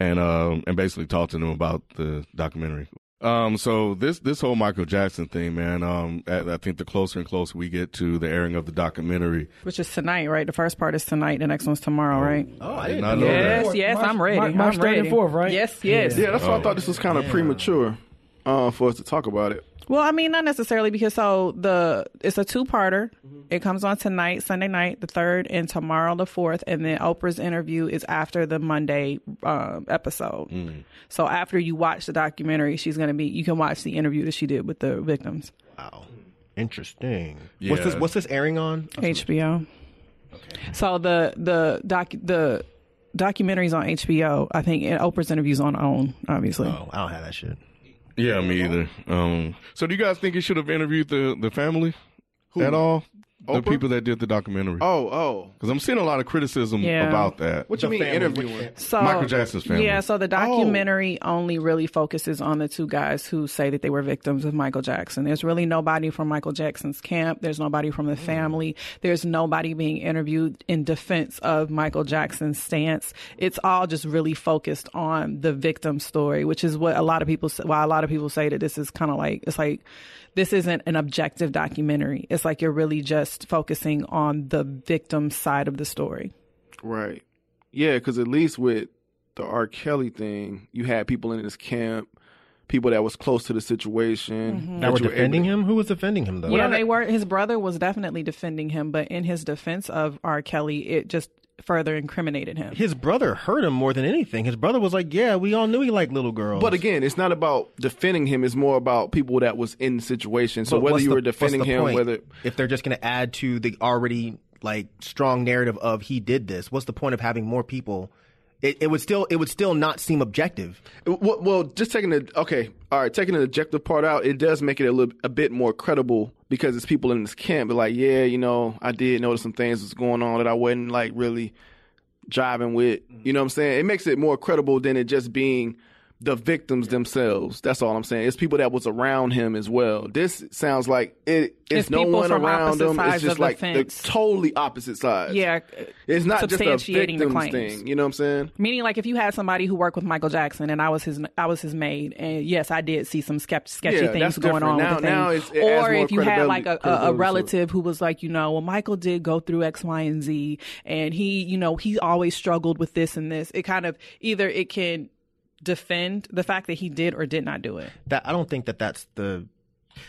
and um and basically talked to them about the documentary. Um, so this this whole Michael Jackson thing, man. Um, I, I think the closer and closer we get to the airing of the documentary,
which is tonight, right? The first part is tonight. The next one's tomorrow, right?
oh, I did not know
yes,
that.
yes, I'm ready.
March- March
I'm ready.
3rd, right?
Yes, yes.
Yeah, that's why
Oh.
I thought this was kind of premature uh, for us to talk about it.
Well, I mean, not necessarily because so the it's a two parter. It comes on tonight, Sunday night, the third, and tomorrow the fourth, and then Oprah's interview is after the Monday um, episode. So after you watch the documentary, she's gonna be you can watch the interview that she did with the victims.
Wow. Interesting.
Yeah.
What's this? What's this airing on?
HBO. So the the doc the documentaries on HBO. I think and Oprah's interviews on OWN, obviously.
Oh, I don't have that shit.
Yeah, me either. Um, so do you guys think you should have interviewed the the family at all? The people that did the documentary.
Oh, oh.
Because I'm seeing a lot of criticism
Yeah.
about that.
What you mean interviewing?
So
Michael Jackson's family. Oh.
Yeah, so the documentary only really focuses on the two guys who say that they were victims of Michael Jackson. There's really nobody from Michael Jackson's camp. There's nobody from
Mm.
the family. There's nobody being interviewed in defense of Michael Jackson's stance. It's all just really focused on the victim story, which is what a lot of people say, why a lot of people say that this is kind of like it's like this isn't an objective documentary. It's like you're really just focusing on the victim side of the story.
Right. Yeah, because at least with the R. Kelly thing, you had people in his camp, people that was close to the situation.
Now we're defending him. Who was defending him though?
yeah, they were. His brother was definitely defending him, but in his defense of R. Kelly, it just further incriminated him.
His brother hurt him more than anything. His brother was like, "Yeah, we all knew he liked little girls."
But again, it's not about defending him. It's more about people that was in the situation. So
But
whether
what's
you
the-
were
what's
defending
the
him,
point?
whether
if they're just going to add to the already like strong narrative of he did this, what's the point of having more people? It, it would still it would still not seem objective.
Well, well, just taking the okay, all right, taking the objective part out, it does make it a little a bit more credible because it's people in this camp. But like, yeah, you know, I did notice some things was going on that I wasn't like really driving with. You know what I'm saying? It makes it more credible than it just being the victims themselves. That's all I'm saying. It's people that was around him as well. This sounds like it. It's,
It's
no
people
one
from
around
opposite
them. It's
sides
just
of the
like
fence.
the totally opposite sides.
Yeah,
it's not just a
substantiating the
victims
claims.
thing. You know what I'm saying?
Meaning, like if you had somebody who worked with Michael Jackson and I was his, I was his maid, and yes, I did see some skep- sketchy
Yeah,
things
that's
going
different.
on.
Now-
with the thing.
now it's- it adds
or
more
if you had like
credibility-
a, a,
credibility to
a
it.
relative who was like, you know, well, Michael did go through X, Y, and Z, and he, you know, he always struggled with this and this. It kind of either it can defend the fact that he did or did not do it.
That I don't think that that's the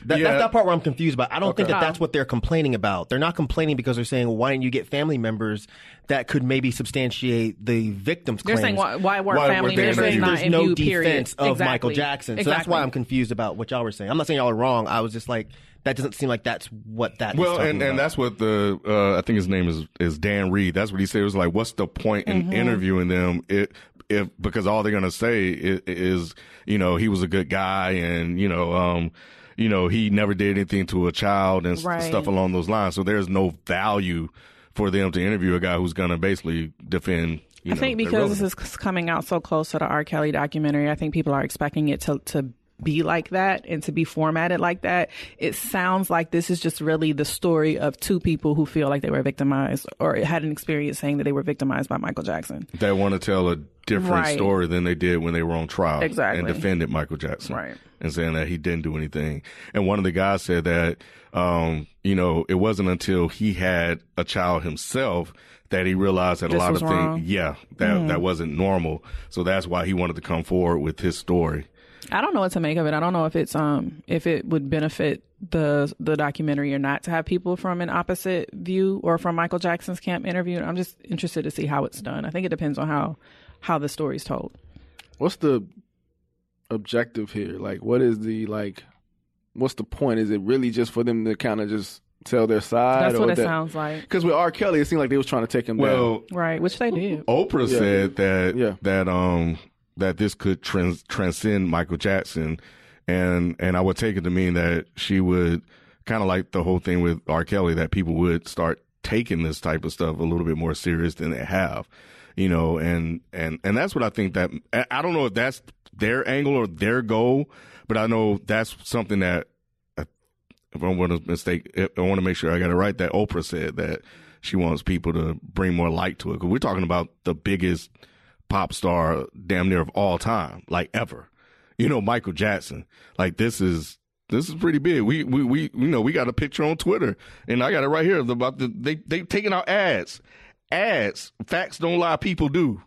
that,
Yeah.
that's that part where I'm confused about. I don't think
Okay.
that that's what they're complaining about. They're not complaining because they're saying, "Why didn't you get family members that could maybe substantiate the victim's
They're
claims?"
saying why, why weren't
Why
family
weren't they
They're
members
interviewed?
saying
not
there's
in
no
view, period.
defense of
Exactly.
Michael Jackson, so that's why
Exactly.
I'm confused about what y'all were saying. I'm not saying y'all are wrong. I was just like, that doesn't seem like that's what that. is
Well, and,
talking
and
about.
that's what the uh, I think his name is is Dan Reed. That's what he said. It was like, what's the point in
Mm-hmm.
interviewing them if, if because all they're gonna say is, is you know he was a good guy and you know um you know he never did anything to a child and s-
Right.
stuff along those lines. So there's no value for them to interview a guy who's gonna basically defend you
I
know,
think
they're
because
relevant.
this is c- coming out so close to the R. Kelly documentary, I think people are expecting it to to be like that and to be formatted like that. It sounds like this is just really the story of two people who feel like they were victimized or had an experience saying that they were victimized by Michael Jackson.
they want to tell a different
Right.
story than they did when they were on trial and
Exactly.
defended Michael Jackson
Right.
and saying that he didn't do anything. And one of the guys said that, um, you know, it wasn't until he had a child himself that he realized that
This
a lot of
was wrong.
things, yeah, that,
Mhm.
that wasn't normal. So that's why he wanted to come forward with his story.
I don't know what to make of it. I don't know if it's um if it would benefit the the documentary or not to have people from an opposite view or from Michael Jackson's camp interviewed. I'm just interested to see how it's done. I think it depends on how how the story's told.
What's the objective here? Like, what is the like? What's the point? Is it really just for them to kind of just tell their side?
That's what it sounds like.
Because with R. Kelly, it seemed like they was trying to take him
Well,
down.
Right, which
*laughs*
they did.
Oprah
Yeah.
said that that um that this could trans- transcend Michael Jackson, and and I would take it to mean that she would kind of like the whole thing with R. Kelly that people would start taking this type of stuff a little bit more serious than they have, you know, and and and that's what I think that I- I don't know if that's their angle or their goal, but I know that's something that if I want to mistake, I want to make sure I got it right. That Oprah said that she wants people to bring more light to it because we're talking about the biggest pop star, damn near of all time, like ever. You know, Michael Jackson. Like this is this is pretty big. We we we you know we got a picture on Twitter, and I got it right here about the they they taking out ads, ads. Facts don't lie. People do.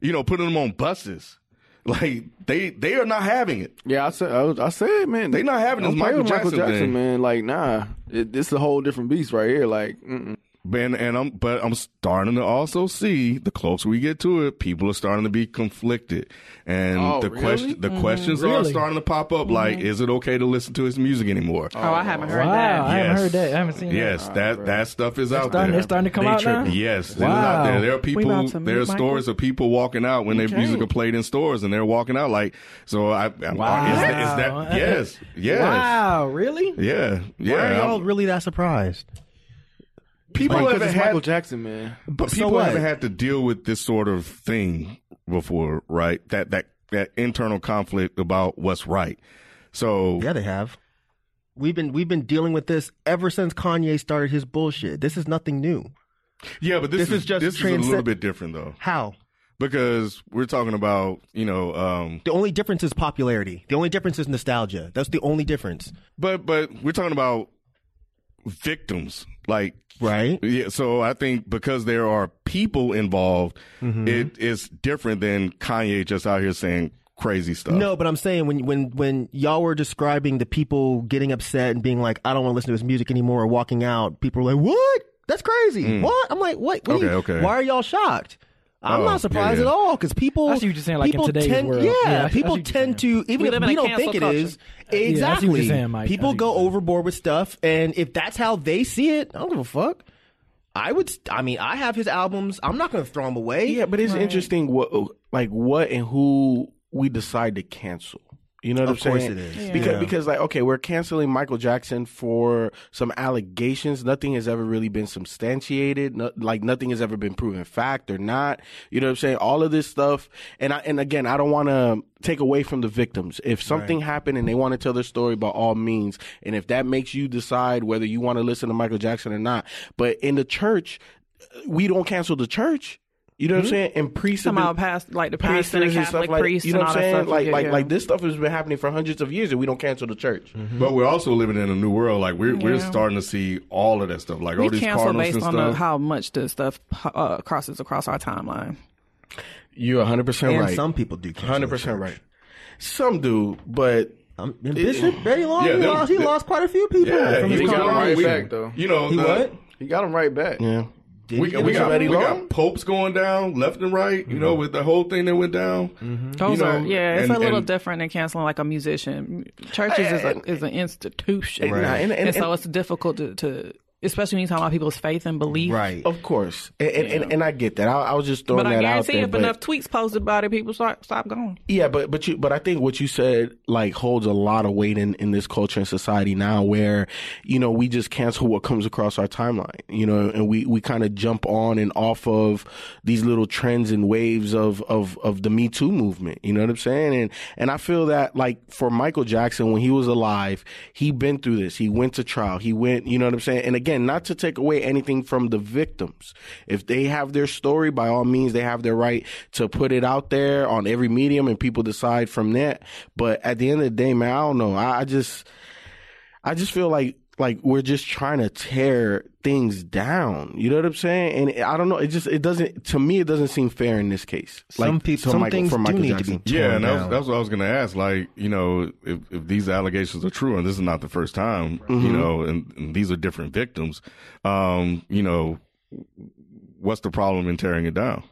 You know, putting them on buses. Like they they are not having it.
Yeah, I said, I, was, I said, man,
They not having
don't
this
play
Michael
with
Jackson thing.
man. Like, nah, it, this is a whole different beast right here. Like, mm-mm.
And and I'm but I'm starting to also see the closer we get to it, people are starting to be conflicted, and
Oh,
the
really?
question the
Mhm.
questions are
Really?
starting to pop up.
Mm-hmm.
Like, is it okay to listen to his music anymore?
Oh, I haven't heard
Wow,
that.
I haven't heard that. I haven't seen
yes,
that.
that that stuff is out
starting-
there.
it's starting to come
They
out now?
tripping. Yes, it is
Wow.
out there. There are
We about
people.
to
There are
meet Michael?
stories of people walking out when
Okay.
their music are played in stores, and they're walking out like. So I, I
Wow.
is, that, is that yes, yes,
Wow, really?
yeah, yeah.
Why are
I'm-
y'all really that surprised?
People
Because
haven't
it's
had-
Michael Jackson, man.
But
So
people
what?
haven't had to deal with this sort of thing before, right? That that that internal conflict about what's right. So
Yeah, they have.
We've been we've been dealing with this ever since Kanye started his bullshit. This is nothing new.
yeah, but this,
This
is,
is just
this is a little
transcend-
bit different though
How?
because we're talking about you know, um,
The only difference is popularity. The only difference is nostalgia. That's the only difference.
but but we're talking about victims, like
Right.
yeah. So I think because there are people involved,
Mhm.
it is different than Kanye just out here saying crazy stuff.
No, but I'm saying when when when y'all were describing the people getting upset and being like, I don't want to listen to his music anymore or walking out, people were like, What? That's crazy.
Mm.
What? I'm like, what? what are you-
Okay, okay.
Why are y'all shocked? I'm
Oh, yeah,
not surprised
yeah.
at all because people.
I see what you're saying, like, in
people
today's
tend,
world.
Yeah,
Yeah, I- I see
people
what you're
tend
saying.
to even
We
if
live in
we
a
don't
cancel
think
culture.
it is
Yeah, I see what you're
exactly.
saying, Mike. I see
people
what
go
you're saying.
overboard with stuff, and if that's how they see it, I don't give a fuck. I would. st- I mean, I have his albums. I'm not going to throw them away.
Yeah, but it's interesting what like what and who we decide to cancel. You know what
Of
I'm
course
saying?
it is.
Because
Yeah.
because like okay, we're canceling Michael Jackson for some allegations. Nothing has ever really been substantiated. No, like nothing has ever been proven fact or not. You know what I'm saying? All of this stuff and I and again, I don't want to take away from the victims. If something happened and they want to tell their story by all means, and if that makes you decide whether you want to listen to Michael Jackson or not, but in the church, we don't cancel the church. You know what I'm saying? And priests have
Somehow
been-
past like the priest and the
pastors
Catholic
like,
priest
You know
and
what
all
I'm
that
saying?
stuff.
like,
Yeah,
like,
yeah.
like this stuff has been happening for hundreds of years, and we don't cancel the church.
But we're also living in a new world. Like we're we're
Mm-hmm. Yeah.
starting to see all of that stuff. Like all
we
these
cancel
cardinals
based
and
on
stuff.
the, how much the stuff uh, crosses across our timeline.
You're 100 percent
and some people do. cancel the church.
right. Some do, but
Um, and Bishop Betty Long,
Yeah,
he,
them-
lost, he
them-
lost quite a few people.
yeah,
from his
he
got
got
him
call.
right
we,
back, though.
You know,
He
the-
what?
He got him right back.
yeah.
Did
We,
he
got-
get Mm-hmm.
we
him
got
right?
we got popes going down left and right. You know, with the whole thing that went down.
Mm-hmm.
Those
You know,
are yeah, it's a
and-
little
and-
different than canceling like a musician. Churches is a, is an institution,
Eh, Right. Nah, and- and-
and so
and-
it's difficult to, to especially when you talk about people's faith and belief.
Right. Of course. And, and, and, and I get that. I, I was just throwing
But I
that out
guarantee
there.
if
but-
enough tweets posted about it, people start stop going.
Yeah, but but you but I think what you said like holds a lot of weight in in this culture and society now, where you know we just cancel what comes across our timeline, you know, and we we kind of jump on and off of these little trends and waves of of of the Me Too movement. You know what I'm saying? And and I feel that like for Michael Jackson when he was alive, he been through this. He went to trial. He went, you know what I'm saying? And again, not to take away anything from the victims. If they have their story, by all means, they have their right to put it out there on every medium and people decide from that. But at the end of the day, man, I don't know. I, I just, I just feel like, like we're just trying to tear things down. You know what I'm saying? And I don't know. It just, it doesn't, to me, it doesn't seem fair in this case.
Some
Like,
peop-
to
some
Michael-
things
for
do
Michael
need to be
Jackson.
Yeah, and that's, that's what I was going to ask. Like, you know, if, if these allegations are true, and this is not the first time, you
Mhm.
know, and, and these are different victims, um, you know, what's the problem in tearing it down?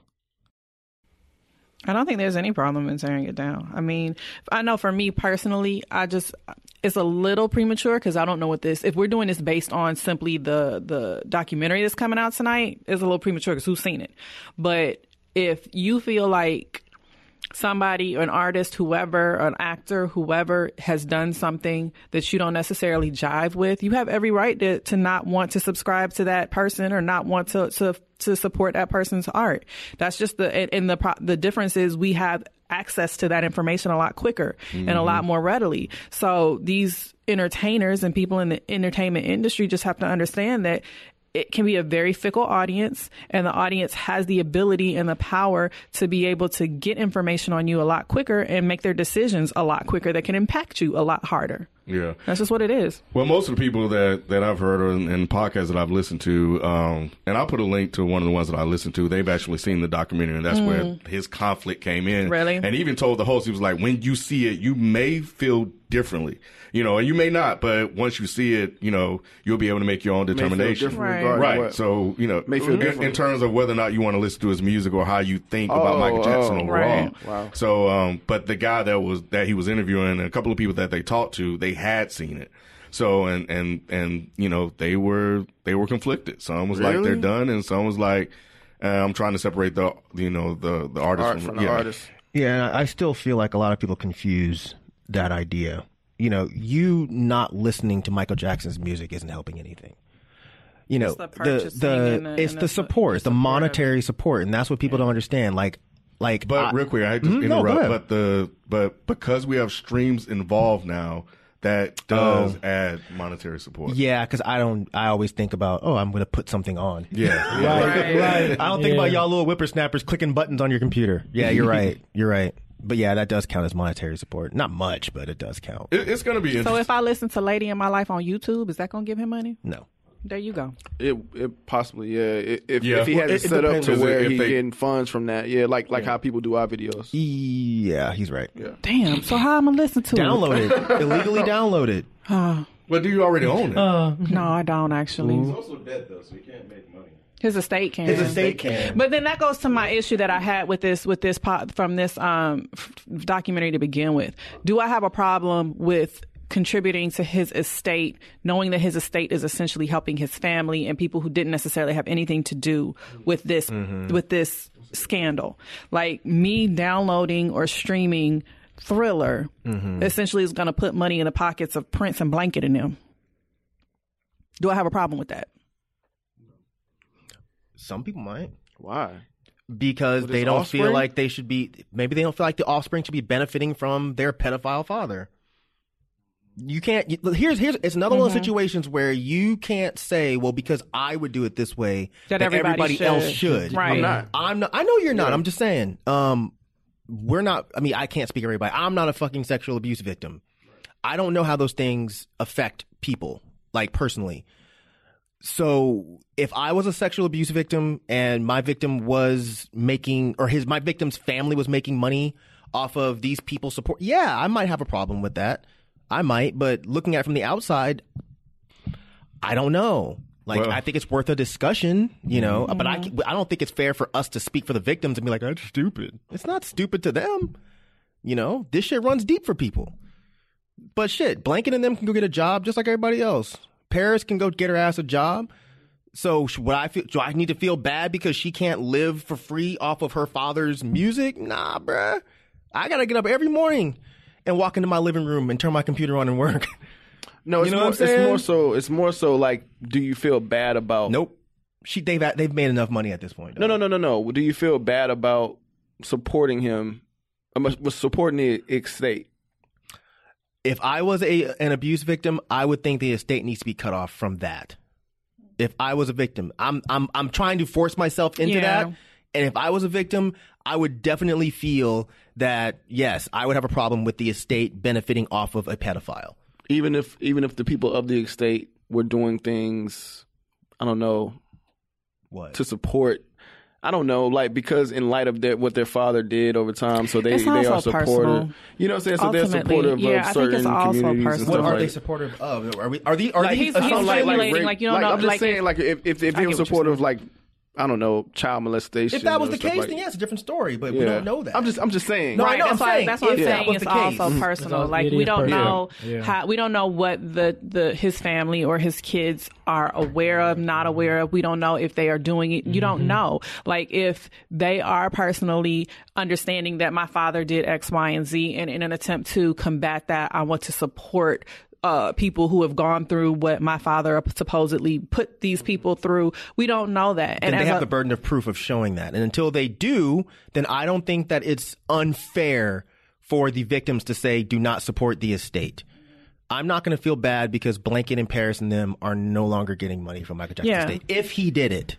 I don't think there's any problem in tearing it down. I mean, I know for me personally, I just it's a little premature because I don't know what this. If we're doing this based on simply the the documentary that's coming out tonight, it's a little premature because who's seen it? But if you feel like somebody, an artist, whoever, an actor, whoever has done something that you don't necessarily jive with, you have every right to, to not want to subscribe to that person or not want to, to, to support that person's art. That's just the, and, and the, pro- the difference is we have access to that information a lot quicker and a lot more readily. So these entertainers and people in the entertainment industry just have to understand that it can be a very fickle audience and the audience has the ability and the power to be able to get information on you a lot quicker and make their decisions a lot quicker that can impact you a lot harder
Yeah.
that's just what it is
Well, most of the people that, that I've heard or in, in podcasts that I've listened to, um, and I'll put a link to one of the ones that I listened to, they've actually seen the documentary, and that's where
Mm.
his conflict came in.
Really?
And even told the host, he was like, when you see it, you may feel differently. You know, and you may not, but once you see it, you know, you'll be able to make your own
feel
determination.
different Right. regarding
Right.
what-
So, you know,
May feel
in- in,
different.
terms of whether or not you want to listen to his music or how you think about
Oh,
Michael Jackson
oh,
overall.
right. Wow.
So, um, but the guy that was that he was interviewing, a couple of people that they talked to, they had seen it. So and and and you know they were they were conflicted. Some was like they're
Really?
done, and some was like uh, I'm trying to separate the you know the the artist
Art from the
yeah.
artist.
Yeah, and I still feel like a lot of people confuse that idea. You know, you not listening to Michael Jackson's music isn't helping anything. You know,
It's the
the
purchasing
the,
and the-
it's
and
the
it's the-
support, it's the monetary support, and that's what people don't understand. Like, like,
But real quick, I hate to
Mhm, no, go
interrupt,
ahead.
but the but because we have streams involved now, that does
Oh.
add monetary support.
Yeah, because I don't. I always think about, oh, I'm going to put something on.
Yeah.
*laughs* right,
Right.
right. I don't think
Yeah.
about y'all little whippersnappers clicking buttons on your computer. Yeah, *laughs* you're right. You're right. But yeah, that does count as monetary support. Not much, but it does count.
It, it's going to be
so if i listen to lady in my life on youtube is that going to give him money
no
there you go
It, it possibly yeah. It, if,
Yeah.
if he had
Well,
it,
it- it
set up
depends.
to
Is it-
where
if
he
they-
getting funds from that, yeah, like like how people do our videos.
Yeah, he's right.
damn so how am i listen to
Download
it
it. Illegally download it.
oh.
but do you already own it?
no i don't actually
dead though, so you can't make money.
His estate can.
His estate can.
But then that goes to my issue that I had with this with this po- from this um f- documentary to begin with. Do I have a problem with contributing to his estate knowing that his estate is essentially helping his family and people who didn't necessarily have anything to do with this
Mhm.
with this scandal. Like me downloading or streaming Thriller
Mhm.
essentially is going to put money in the pockets of Prince and Blanket and them. Do I have a problem with that?
Some people might.
Why?
Because
With
they
his
don't feel
offspring?
like they should be. Maybe they don't feel like the offspring should be benefiting from their pedophile father. You can't. You, here's here's it's another one of
Mhm.
those situations where you can't say, well, because I would do it this way,
That everybody should.
else should.
Right.
I'm
I'm
not.
not.
I'm not. I know you're not. I'm just saying. Um, we're not. I mean, I can't speak for everybody. I'm not a fucking sexual abuse victim. I don't know how those things affect people, like personally. So if I was a sexual abuse victim and my victim was making or his my victim's family was making money off of these people support, yeah, I might have a problem with that. I might, but looking at it from the outside, I don't know. Like I think it's worth a discussion, you know, but I I don't think it's fair for us to speak for the victims and be like that's stupid. It's not stupid to them. You know, this shit runs deep for people. But shit, Blanket and them can go get a job just like everybody else. Paris can go get her ass a job. So sh- would I feel? Do I need to feel bad because she can't live for free off of her father's music? Nah, bruh. I gotta get up every morning and walk into my living room and turn my computer on and work. *laughs*
No, it's
You know
more,
what I'm saying?
it's more so. It's more so like, do you feel bad about?
Nope. She they've they've made enough money at this point.
No, no, no, no, no. Do you feel bad about supporting him? I must- was supporting the estate.
if I was a an abuse victim, I would think the estate needs to be cut off from that. If I was a victim, I'm I'm I'm trying to force myself into
Yeah.
that. And if I was a victim, I would definitely feel that yes, I would have a problem with the estate benefiting off of a pedophile.
Even if even if the people of the estate were doing things, I don't know
What?
to support. I don't know, like because in light of their, what their father did over time, so they
It's
they are
also
supportive.
personal.
You know what I'm saying? So they're
Ultimately,
supportive
yeah, I
of
think
certain
it's also
communities and
personal.
stuff
What are
like
they supportive of? Are we are these are
Like,
these
he's- he's
I don't like, like,
simulating,
rape-
like, you don't
like,
know,
I'm just
like-
saying, like if if, if
I
they
get
were
what you're
supportive, like I don't know, child molestation.
if that was
or
the
stuff
case,
like-
then yes, it's a different story, but we
Yeah.
don't know that.
I'm just I'm just saying.
No, I
right.
know,
That's
I'm
why-
saying,
that's what I'm
if that
saying.
was
It's
the case.
also
Mm.
personal.
all-
like
it
we
is
don't
personal.
know
Yeah.
how we don't know what the the his family or his kids are aware of, not aware of. We don't know if they are doing it. You
Mm-hmm.
don't know. Like if they are personally understanding that my father did X, Y, and Z, and in an attempt to combat that, I want to support. Uh, people who have gone through what my father supposedly put these people through, we don't know that.
and they
as
have
a-
the burden of proof of showing that. And until they do, then I don't think that it's unfair for the victims to say, do not support the estate. I'm not going to feel bad because Blanket and Paris and them are no longer getting money from Michael Jackson's
Yeah.
estate if he did it.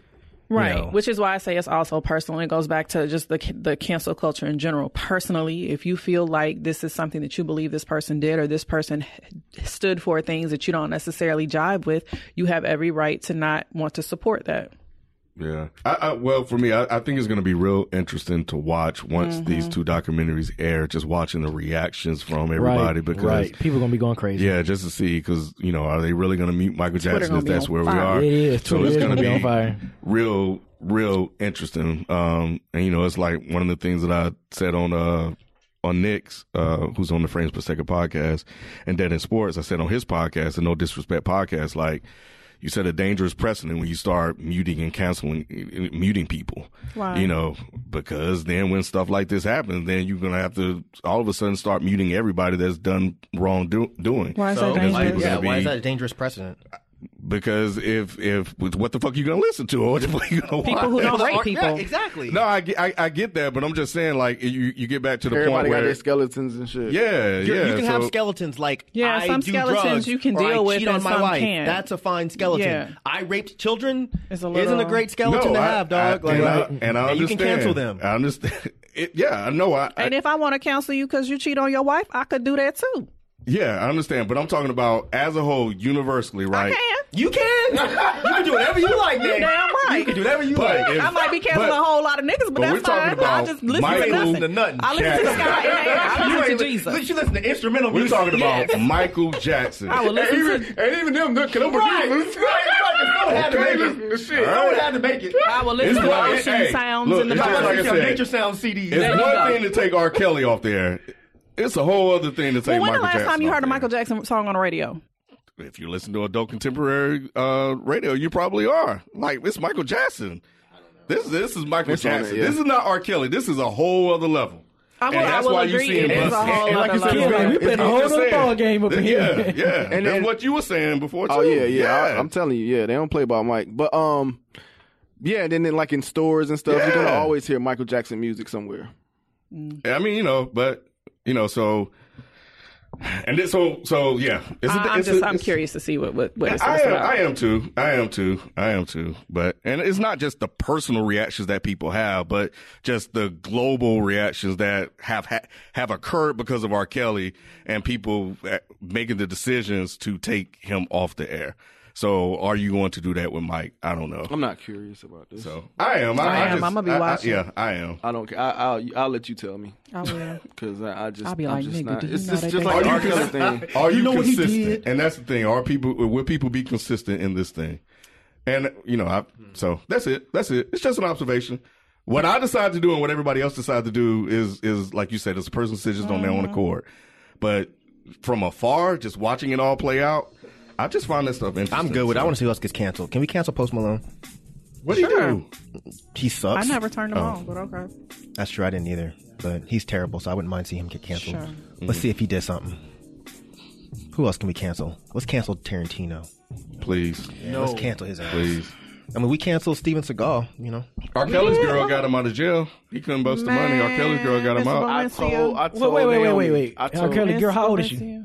right
know.
which is why i say it's also personal it goes back to just the the cancel culture in general personally if you feel like this is something that you believe this person did or this person h- stood for things that you don't necessarily jive with you have every right to not want to support that
Yeah. I, I, well, for me, I, I think it's going to be real interesting to watch once
Mm-hmm.
these two documentaries air, just watching the reactions from everybody
right,
because.
right. people gonna be going crazy.
Yeah, just to see, because you know, are they really going to mute Michael Jackson?
gonna
If
be
that's
on
where we
fire.
are,
It is.
so
Twitter
it's
is
going to
gonna
be
be on fire.
*laughs* real, real interesting. Um, and you know, it's like one of the things that I said on uh on Nick's, uh, who's on the Frames Per Second podcast, and Dead in Sports. I said on his podcast, the No Disrespect podcast, like. You set a dangerous precedent when you start muting and canceling, muting people.
Wow.
You know, because then when stuff like this happens, then you're gonna have to all of a sudden start muting everybody that's done wrong do- doing.
Why is that
And there's
dangerous?
people
Yeah,
gonna
why is
be-
that a dangerous
*laughs*
precedent?
because if if what the fuck you gonna listen to or what the fuck you gonna
people who
watch?
don't
Yeah,
rape people
exactly.
No, I, get- I I get that, but I'm just saying like you you get back to the
Everybody
point
got
where
their skeletons and shit.
yeah
You're-
yeah
you can
so,
have skeletons like
Yeah,
I
some
do
skeletons
drugs,
you can
or
deal
I
with
cheat
and
on my
some
wife.
can't.
That's a fine skeleton.
Yeah.
I raped children.
It's a
Isn't a
little-
great skeleton to
I-
have, dog.
I,
like,
and, I,
like,
and I understand.
you can cancel them.
I understand. It, yeah, I know. I, I
and if i want to counsel you because you cheat on your wife i could do that too
yeah, I understand. But I'm talking about as a whole, universally, right?
can
You can. you can do whatever you like, man.
damn right.
You can do whatever you
But
like.
if-
I might be canceling
but-
a whole lot of niggas, but,
but we're
that's
talking
fine. I
about
just listen
Michael-
to nothing.
Listen to nothing.
I listen to the sky and air. I listen to Jesus.
You listen to instrumental
We're
music.
talking about Michael Jackson.
I will listen to
And even them, they're coming
Right. Right. Someone had to make it. Someone had to make it.
I will listen
It's
to
like-
ocean
hey,
sounds
look,
in the
it's just
Bible.
like I
It's a
said,
nature sound CD.
It's
you
one
go.
thing to take R. Kelly off the air. It's a whole other thing to take
Well, when
Michael
the last
Jackson
time you
off
heard a
the air.
Michael Jackson song on the radio?
if you listen to adult contemporary uh, radio, you probably are. Like it's Michael Jackson. This this is Michael
It's on it,
Jackson.
yeah.
This is not R. Kelly. This is a whole other level.
I will-
and
I
that's
will
why
agree
you see him
it is
bust.
a whole
and, and like you
other
said,
level. Yeah,
it's-
we
it's
playing a
just
whole other
saying-
ball game up
yeah,
in here.
Yeah,
*laughs*
and that's
and-
what you were saying before. Too.
Oh yeah, yeah. I, am telling you, yeah, they don't play by Mike, but um, yeah. And then, then like in stores and stuff, you're gonna
Yeah.
always hear Michael Jackson music somewhere.
I mean, you know, but you know, so and it, so so yeah. It's a-
I- I'm
it's a-
just I'm
it's-
curious to see what what, what it's,
I
it's
am,
about.
I am too. I am too. I am too. But and it's not just the personal reactions that people have, but just the global reactions that have ha- have occurred because of R. Kelly and people uh, making the decisions to take him off the air. So, are you going to do that with Mike? I don't know.
I'm not curious about this.
So, I am. I,
I am.
just-
I'ma be
I- I-
watching.
yeah, I am.
I don't. care. I, I'll I'll let you tell me
I will.
because I, I just
Oh. I'll be
I'm
like,
just
nigga,
not.
do you
It's
know
just,
that
just
they-
like the
Are
R.
you
Kelly
*laughs*
*laughs*
thing.
Are you,
You know what he
consistent?
did?
And that's the thing. Are people will people be consistent in this thing? And you know, I so that's it. That's it. It's just an observation. What I decide to do and what everybody else decides to do is is like you said, it's a person's decisions on their own accord. But from afar, just watching it all play out, I just find this stuff interesting.
*laughs* I'm good with. it. I want to see who else gets canceled. Can we cancel Post Malone?
What do you
do? He sucks.
I never turned them
Oh,
on, but okay.
That's true. I didn't either. But he's terrible, so I wouldn't mind seeing him get canceled.
Sure.
Let's see if he did something. Who else can we cancel? Let's cancel Tarantino.
Please.
Yeah, Let's cancel his ass.
Please.
I mean, we canceled Steven Seagal. You know,
R. Kelly's girl got him out of jail. He couldn't bust the money. R. Kelly's girl got him
Miss
out.
I told- Valencia. I
Wait, wait, wait, wait, wait, wait.
I
R. Kelly, girl, how old is she?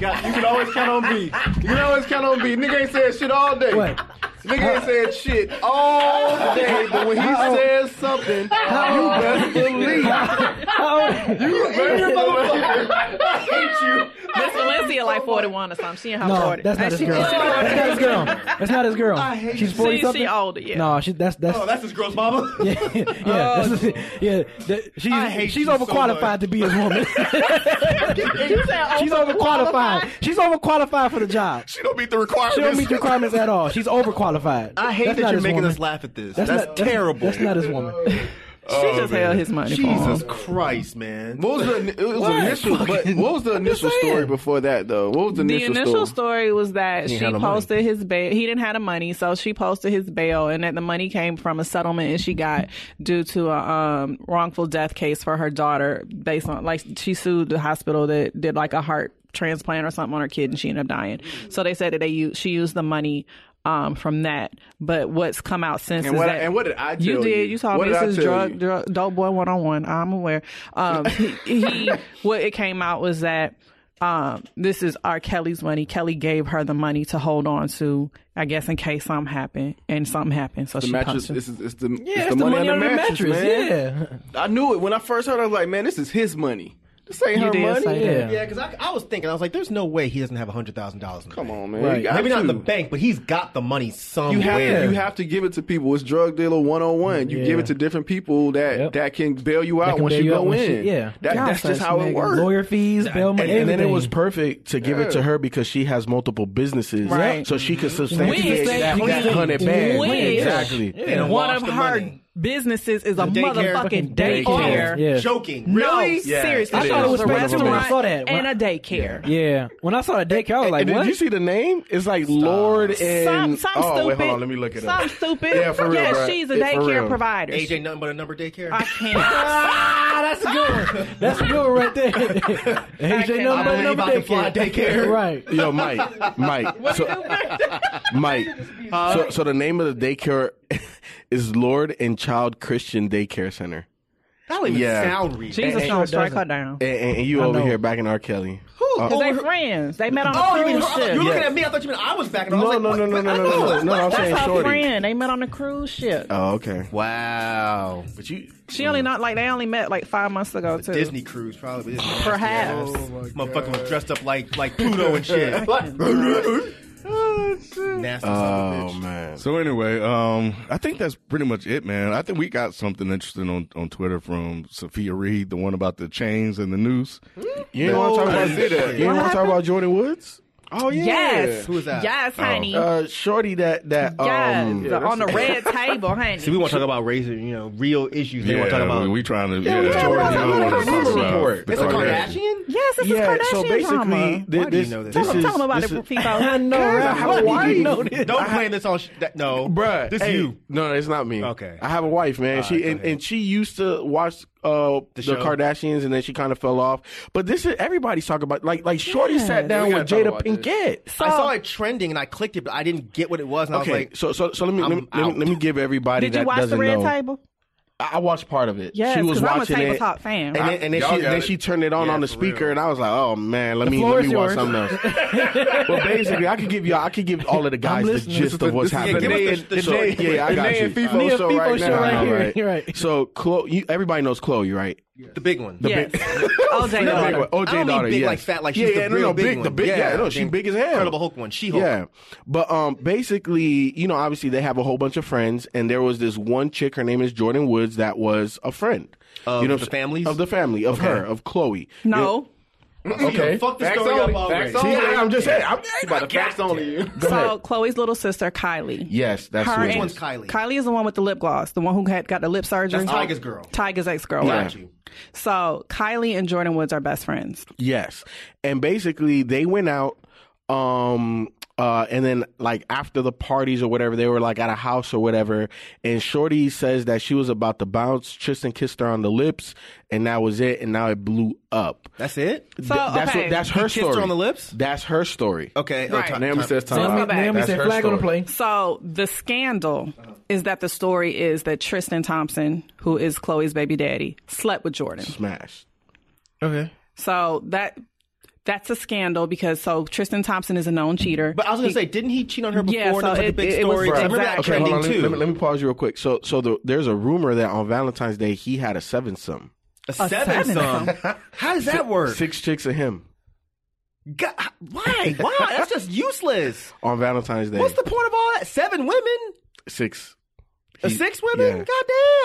Got- you can always count on me. You can always count on me. Nigga ain't said shit all day.
What?
Nigga ain't said shit all day, but when he
How old-
says something, you best believe.
How old?
You *laughs* better believe. I hate you.
Miss Valencia like 41 or something. She ain't how
No,
40.
that's not
And
his
she-
girl.
she-
That's not his girl. That's not his
I
girl.
hate
She's
you.
forty
She-
something.
she older, yeah. Oh.
No, she, that's that's.
his girl's mama.
*laughs* yeah, yeah, that's the- yeah. that- she's
hate
she's
you so
overqualified
much.
to be his
*laughs*
woman. *laughs*
You said
she's overqualified. She's overqualified for the job.
She don't meet the
She don't
requirements.
meet the requirements at all. She's overqualified.
I hate
That's
that
not
you're
his
making
woman.
us laugh at this.
That's,
That's,
not,
terrible.
That's, not his
*laughs*
woman.
Oh,
She just held his money. for him.
Jesus Christ, man.
What was the it was the initial? But what was the initial story before that though? What was the
The
initial,
initial story was that she
had no money.
posted his bail. He didn't have the money, so she posted his bail, and that the money came from a settlement and she got due to a um, wrongful death case for her daughter based on like she sued the hospital that did like a heart transplant or something on her kid, and she ended up dying. So they said that they u- she used the money. Um, from that, but what's come out since
And
is
what-
that
and what did I
you
tell
did?
you?
You saw
What
me.
did I
This
tell
is drug,
you?
drug dope boy one on one. I'm aware. Um, he, he what it came out was that um, this is R. Kelly's money. Kelly gave her the money to hold on to, I guess, in case something happened. And something happened, so she
The mattress.
punched him.
It's, it's the
Yeah,
it's the money, on the mattress, man.
Yeah.
I knew it when I first heard. it, I was like, man, this is his money. This ain't
You
her
did
money.
say
Yeah.
that.
Yeah, because I, I was thinking, I was like, there's no way he doesn't have hundred thousand dollars.
Come on, man.
Right.
You got
Maybe not in the
to.
bank, but he's got the money somewhere.
You have to, you have to give it to people. It's drug dealer one on one. You give
Yeah.
it to different people that
Yep.
that can bail you out
can
once
bail
you
you out
go
when she-
in.
yeah.
that,
God,
that's just
such
how it
niggas.
works.
Lawyer fees, bail money,
And, and then it
Oh, everything.
was perfect to give it to her because she has multiple businesses,
Right.
so she could substantiate
Wigs,
that
wigs,
hundred bands.
wigs.
Exactly.
And
One
wash
of
the
her
money.
businesses is a
daycare.
motherfucking
Daycare.
daycare.
Yeah.
joking.
No,
Really?
seriously.
I
I
thought
thought
it was
a
based on-
restaurant
I saw that.
and a daycare.
Yeah. When I saw the daycare, I was like,
and
what?
did you see the name? It's like Lord
Some,
and
some
oh
stupid.
wait, hold on, let me look it
some
up.
stupid.
Yeah, for real,
Yes,
bruh.
she's a
It- for
daycare
real.
provider.
AJ, nothing but a number daycare.
I can't.
*laughs*
Ah, that's a good one. That's a good one right there. AJ,
I
number,
believe
number
I can fly daycare.
Right.
Yo,
*laughs*
Mike, Mike, so, *laughs* Mike. So, so the name of the daycare *laughs* is Lord and Child Christian Daycare Center.
That don't even
Yeah.
sound real.
Jesus gonna strike her down.
And, and, and you over
know.
here backing R. Kelly.
Cause Uh, they friends. They met on
Oh,
a
you mean
cruise
I thought-
ship.
you're looking at me? I thought you meant I was back. And I
No,
was like,
no,
what?
no, no, no,
I
no, no,
know.
no, no. I'm saying
That's her
shorty.
friend. They met on a cruise ship.
Oh, okay.
Wow,
But you,
She only not like they only met like five months ago too.
Disney cruise Oh, probably. This is
Perhaps.
nasty ass. Motherfucker was dressed up like like Pluto and *laughs* shit. Nasty. son of a
oh
bitch.
man.
So anyway, um, I think that's pretty much it, man. I think we got something interesting on, on Twitter from Sophia Reed, the one about the chains and the noose.
You didn't want to talk about
I did
You didn't want to talk about Jordan Woods? Oh yeah.
Yes.
Who is that?
Yes, honey.
Uh, shorty that that
yes.
um
on the red table, honey.
See, we want to talk about razor, you know, real issues. They want to talk about. Oh,
we, we trying to.
we
that's
talking
what
about
we
the
wanna
Kardashian
talk about.
report.
The
it's a
Kardashians.
*laughs* Kardashian.
yes, this
yeah,
is Kardashian
so basically,
drama.
thi-
do you
this,
know this?
this
Tell
I'm
is
talking about
this
it,
is-
people.
I know, right?
have a
do
wife.
you know this?
Don't claim this all. Sh- that, no,
Bruh,
this
hey,
you.
No, it's not me.
Okay.
I have a wife, man. she and, and she used to watch uh the,
show?
Kardashians, and then she kind of fell off. But this is everybody's talking about. Like like Shorty sat down
We
with
gotta talk
Jada
about this.
Pinkett.
I
Oh.
saw it trending and I clicked it, but I didn't get what it was. And
Okay,
I was like,
so so so let me let me,
I'm
let me
out.
let me give everybody
Did
that
you watch
doesn't
the red
know.
table?
I I watched part of it.
Yes,
she was
'cause I'm a
watching it.
tabletop
And
fan.
then, and then
Y'all
she
got
then
it.
she turned it on
Yeah,
on the
for
speaker,
real.
and I was like, "Oh man, let me
floor
let
is
me watch
yours.
something
*laughs*
else." but basically, I could give y'all, I could give all of the guys the
listening.
gist of what's
this is
happening.
the day and- the
So-
day-
yeah, I
the
got
day
you.
and FIFO
Uh,
show
FIFO
right now. I
right
know,
here.
*laughs*
You're right.
So Chloe, you, everybody knows Chloe, right?
the big one.
yes. *laughs* OJ
The
daughter.
big one. OJ
I don't mean
daughter,
big
yes.
like fat, like
yeah,
she's
yeah,
the
no,
real
no,
big
big,
one.
the big, yeah,
Yeah,
no, she
the
big as hell.
Incredible Hulk one, She-Hulk.
Yeah, but um, basically, you know, obviously they have a whole bunch of friends, and there was this one chick. Her name is Jordan Woods. That was a friend.
Of
you know,
the families?
of the family of her of Chloe. You know,
No. Oh,
Okay.
Fuck this
Facts
story up
only.
already.
Facts only.
See, I- I'm just saying, I'm-
she about to facts only you.
Go
so
ahead.
Chloe's little sister, Kylie.
Yes, that's who it
and-
is. Which
one's Kylie?
Kylie is the one with the lip gloss, the one who had got the lip surgery.
That's Tyga's girl.
Tiger's ex girl.
Yeah.
right? So Kylie and Jordan Woods are best friends.
Yes. And basically they went out um uh and then like after the parties or whatever they were like at a house or whatever and Shorty says that she was about to bounce Tristan kissed her on the lips and that was it and now it blew up.
That's it.
So
Th- that's
okay.
what that's her
He kissed
story.
her on the lips.
That's her story.
Okay. oh,
Right.
time-
Naomi
time-
says time.
Let's go
out.
back.
Naomi
That's
said
her
flag on the
story.
play.
So the scandal is that the story is that Tristan Thompson, who is Chloe's baby daddy, slept with Jordan.
Smash.
Okay.
So that that's a scandal because so Tristan Thompson is a known cheater.
But I was gonna say, didn't he cheat on her before?
Yeah, so
that was like
it-
a big
it- it was
story. I remember that
exactly-
hold
trending
on, let, me-
too.
Let, me, let me pause you real quick. So so the, there's a rumor that on Valentine's Day he had a sevensome.
a seven,
seven.
song. How does that work?
Six chicks and him
God, why? Why? That's just useless.
on Valentine's Day.
What's the point of all that? Seven women.
six?
Uh,
He-
six women?
yeah.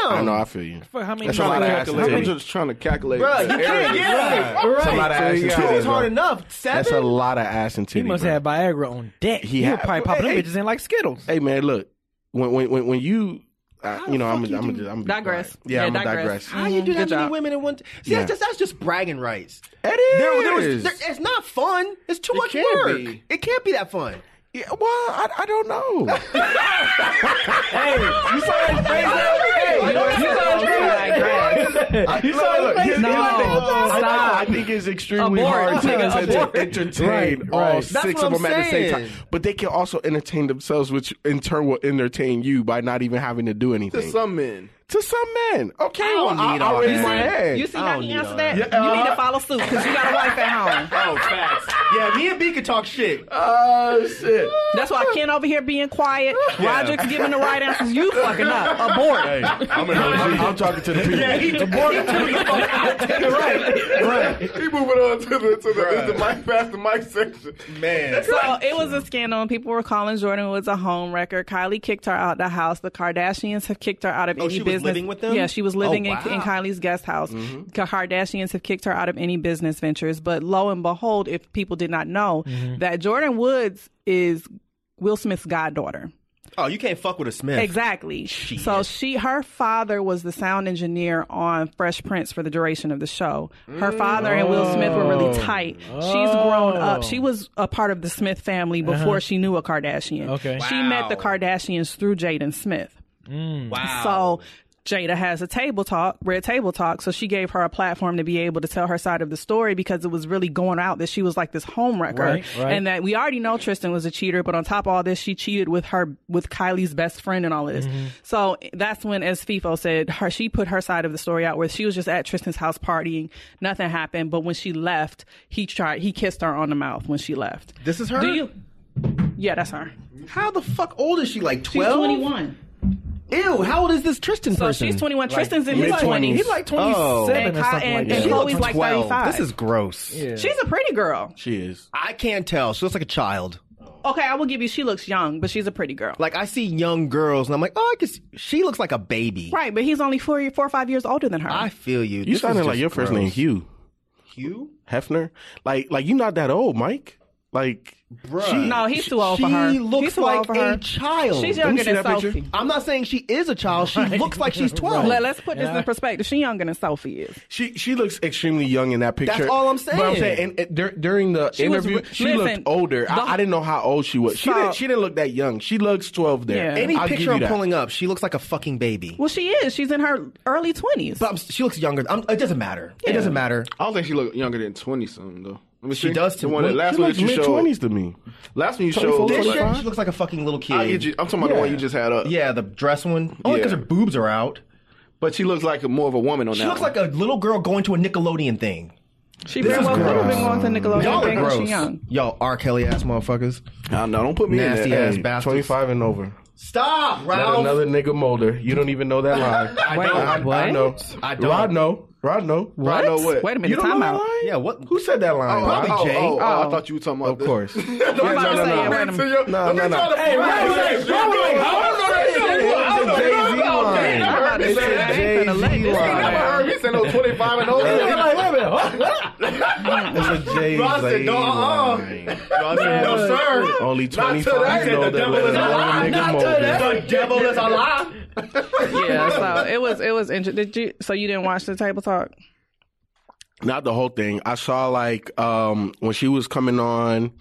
Goddamn.
I know. I feel you.
Fuck, how many?
That's a lot of ass and
Calculate. I'm
titties.
just trying to calculate.
Bro, you
the area.
can't. Yeah.
Right.
Right.
That's a lot of ass and
Yeah.
titties.
Titties
bro.
hard enough. Seven.
That's a lot of ass and titties.
He must
bro.
have Viagra on deck.
He
He will
had-
probably pop them
Hey,
bitches in like Skittles.
Mm-hmm.
Hey man, look. When when when, when you, uh, you know, I'm
fuck
I'm
you
I'm,
do-
I'm, I'm
Digress.
Yeah,
Yeah,
I'm gonna
digress.
digress.
How you do that
Good
many
job.
women in one? See,
Yeah.
that's just that's just bragging rights.
It
There- there was-
is.
there- it's not fun. It's too much
can't
work.
be.
It can't be that fun.
Yeah, *laughs* well, I, I don't know.
Hey, you saw his face Hey, you saw his
I, you saw look, his
No,
I,
stop.
think, I think it's *laughs* extremely
Abort,
hard to,
nigga,
to- to
abort.
entertain
Right,
all
right.
six
That's what
of them
I'm
at the same
saying.
time. But they can also entertain themselves, which in turn will entertain you by not even having to do anything.
To some men.
To some men. Okay,
I don't
well, I,
need
I
all
raised
that.
my hand.
You see how he answered that?
Yeah,
you need
uh-huh.
to follow suit because you got a wife at home.
Oh, facts. yeah, me and B could talk *laughs* shit.
Oh, shit.
That's why Ken over here being *laughs* quiet. Roderick's giving the right answers. You fucking *laughs* up. Abort.
Hey, I'm an
I'm,
OG.
I'm talking to the people.
*laughs*
He moving on to the to the, to the mic past the mic section. Man,
So it was a scandal, and people were calling Jordan was a home wrecker. Kylie kicked her out the house. The Kardashians have kicked her out of
Oh,
any
she was
business.
living with them?
Yeah, she was living
Oh,
in, in
wow. Mm-hmm.
Kylie's guest house. The Kardashians have kicked her out of any business ventures. But lo and behold, if people did not know
Mm-hmm.
that Jordan Woods is Will Smith's goddaughter.
Oh, you can't fuck with a Smith.
Exactly. So she, her father was the sound engineer on Fresh Prince for the duration of the show. Her father and Will Smith were really tight. She's grown up. She was a part of the Smith family before she knew a Kardashian.
Okay.
She met the Kardashians through Jaden Smith. So Jada has a table talk, red table talk. So she gave her a platform to be able to tell her side of the story because it was really going out that she was like this homewrecker,
Right, right.
and that we already know Tristan was a cheater. But on top of all this, she cheated with her with Kylie's best friend and all of this.
Mm-hmm.
So that's when, as FIFO said, her she put her side of the story out where she was just at Tristan's house partying, nothing happened. But when she left, he tried he kissed her on the mouth when she left.
This is her?
Do you? Yeah, that's her.
How the fuck old is she? Like
She's
twelve?
twenty one.
Ew. How old is this Tristan
So
person?
she's 21. Tristan's in his 20s.
He like twenty
Oh.
seven
And
or
Ky-
something
and-
like
and
that.
Chloe- Chloe's like
12.
35.
This is gross.
She's a pretty girl.
She is.
I can tell. She looks like a child.
Okay, I will give you. She looks young, but she's a pretty girl.
Like I see young girls, and I'm like, oh, I can. See. she looks like a baby.
right, but he's only four, four or five years older than her.
I feel you.
You sounded like your first name, Hugh.
Hugh.
Hefner. Like, like you not that old, Mike. Like, she-
no, he's too old
she
for her.
looks
he's too
like
old for her.
a child.
She's
Let me
younger
see
than
that
Sophie.
picture. I'm not saying she is a child. She looks like she's 12.
Let, us put this in perspective. She's younger than Sophie is.
She she looks extremely young in that picture.
all I'm
But I'm
saying.
saying and, and dur- during the
was
interview,
re-
she
listen,
looked older.
the-
I, I didn't know how old she was. She
So-
didn't she didn't look that young. She looks twelve there.
Yeah.
Any
I'll give
picture
you
I'm
that.
pulling up, she looks like a fucking baby.
Well, she is. She's in her early twenties.
But I'm, she looks younger. I'm, it doesn't matter. It doesn't matter.
I don't think she looked younger than twenty something though. Let me
She
see.
does
The
to
one
me.
that last
she
one
looks
that you
mid
showed.
twenties to me.
Last one you
24,
showed.
This
Like,
shit, she looks like a fucking little kid.
I get you. I'm talking about the one you just had up.
Yeah, the dress one. Only because
Yeah.
her boobs are out.
but she looks like a, more of a woman on
She
that.
looks
one.
like a little girl going to a Nickelodeon thing.
she very well could have been going to Nickelodeon
Y'all
thing
are
when
gross.
she's young.
Y'all R. Kelly ass motherfuckers.
Nah, no, don't put me in *laughs*
Nasty
there.
ass
Hey,
bastards.
Twenty five and over.
Stop,
Not
Ralph.
another nigga molder. You don't even know that line. I,
Wait,
I,
what?
know.
I don't.
Rod know. Rod know.
I know what.
Wait a
You
minute.
don't know
Time
that
out.
line?
Yeah, what?
Who said that line?
Oh,
Rod?
oh,
Jay.
Oh, oh,
Oh.
I thought you were talking about.
Of
*laughs*
course. no,
I'm about to say it. Wait a
*laughs*
minute.
no, no, no.
Hey,
It's a Jay-Z line.
I'm about to
It's a
say, I ain't finna let
Jay-Z
this
line.
nigga-
send those 25 and over.
Yeah, like, wait a minute,
That's what James Ron said,
like,
no, uh-uh. no, sir.
Only
Not
25
today.
know
The
that
devil is a
little
lie.
nigga
Not
Moby.
today. The devil is a lie.
yeah, so it was it was interesting. Did you? So you didn't watch the table talk?
not the whole thing. I saw like um when she was coming on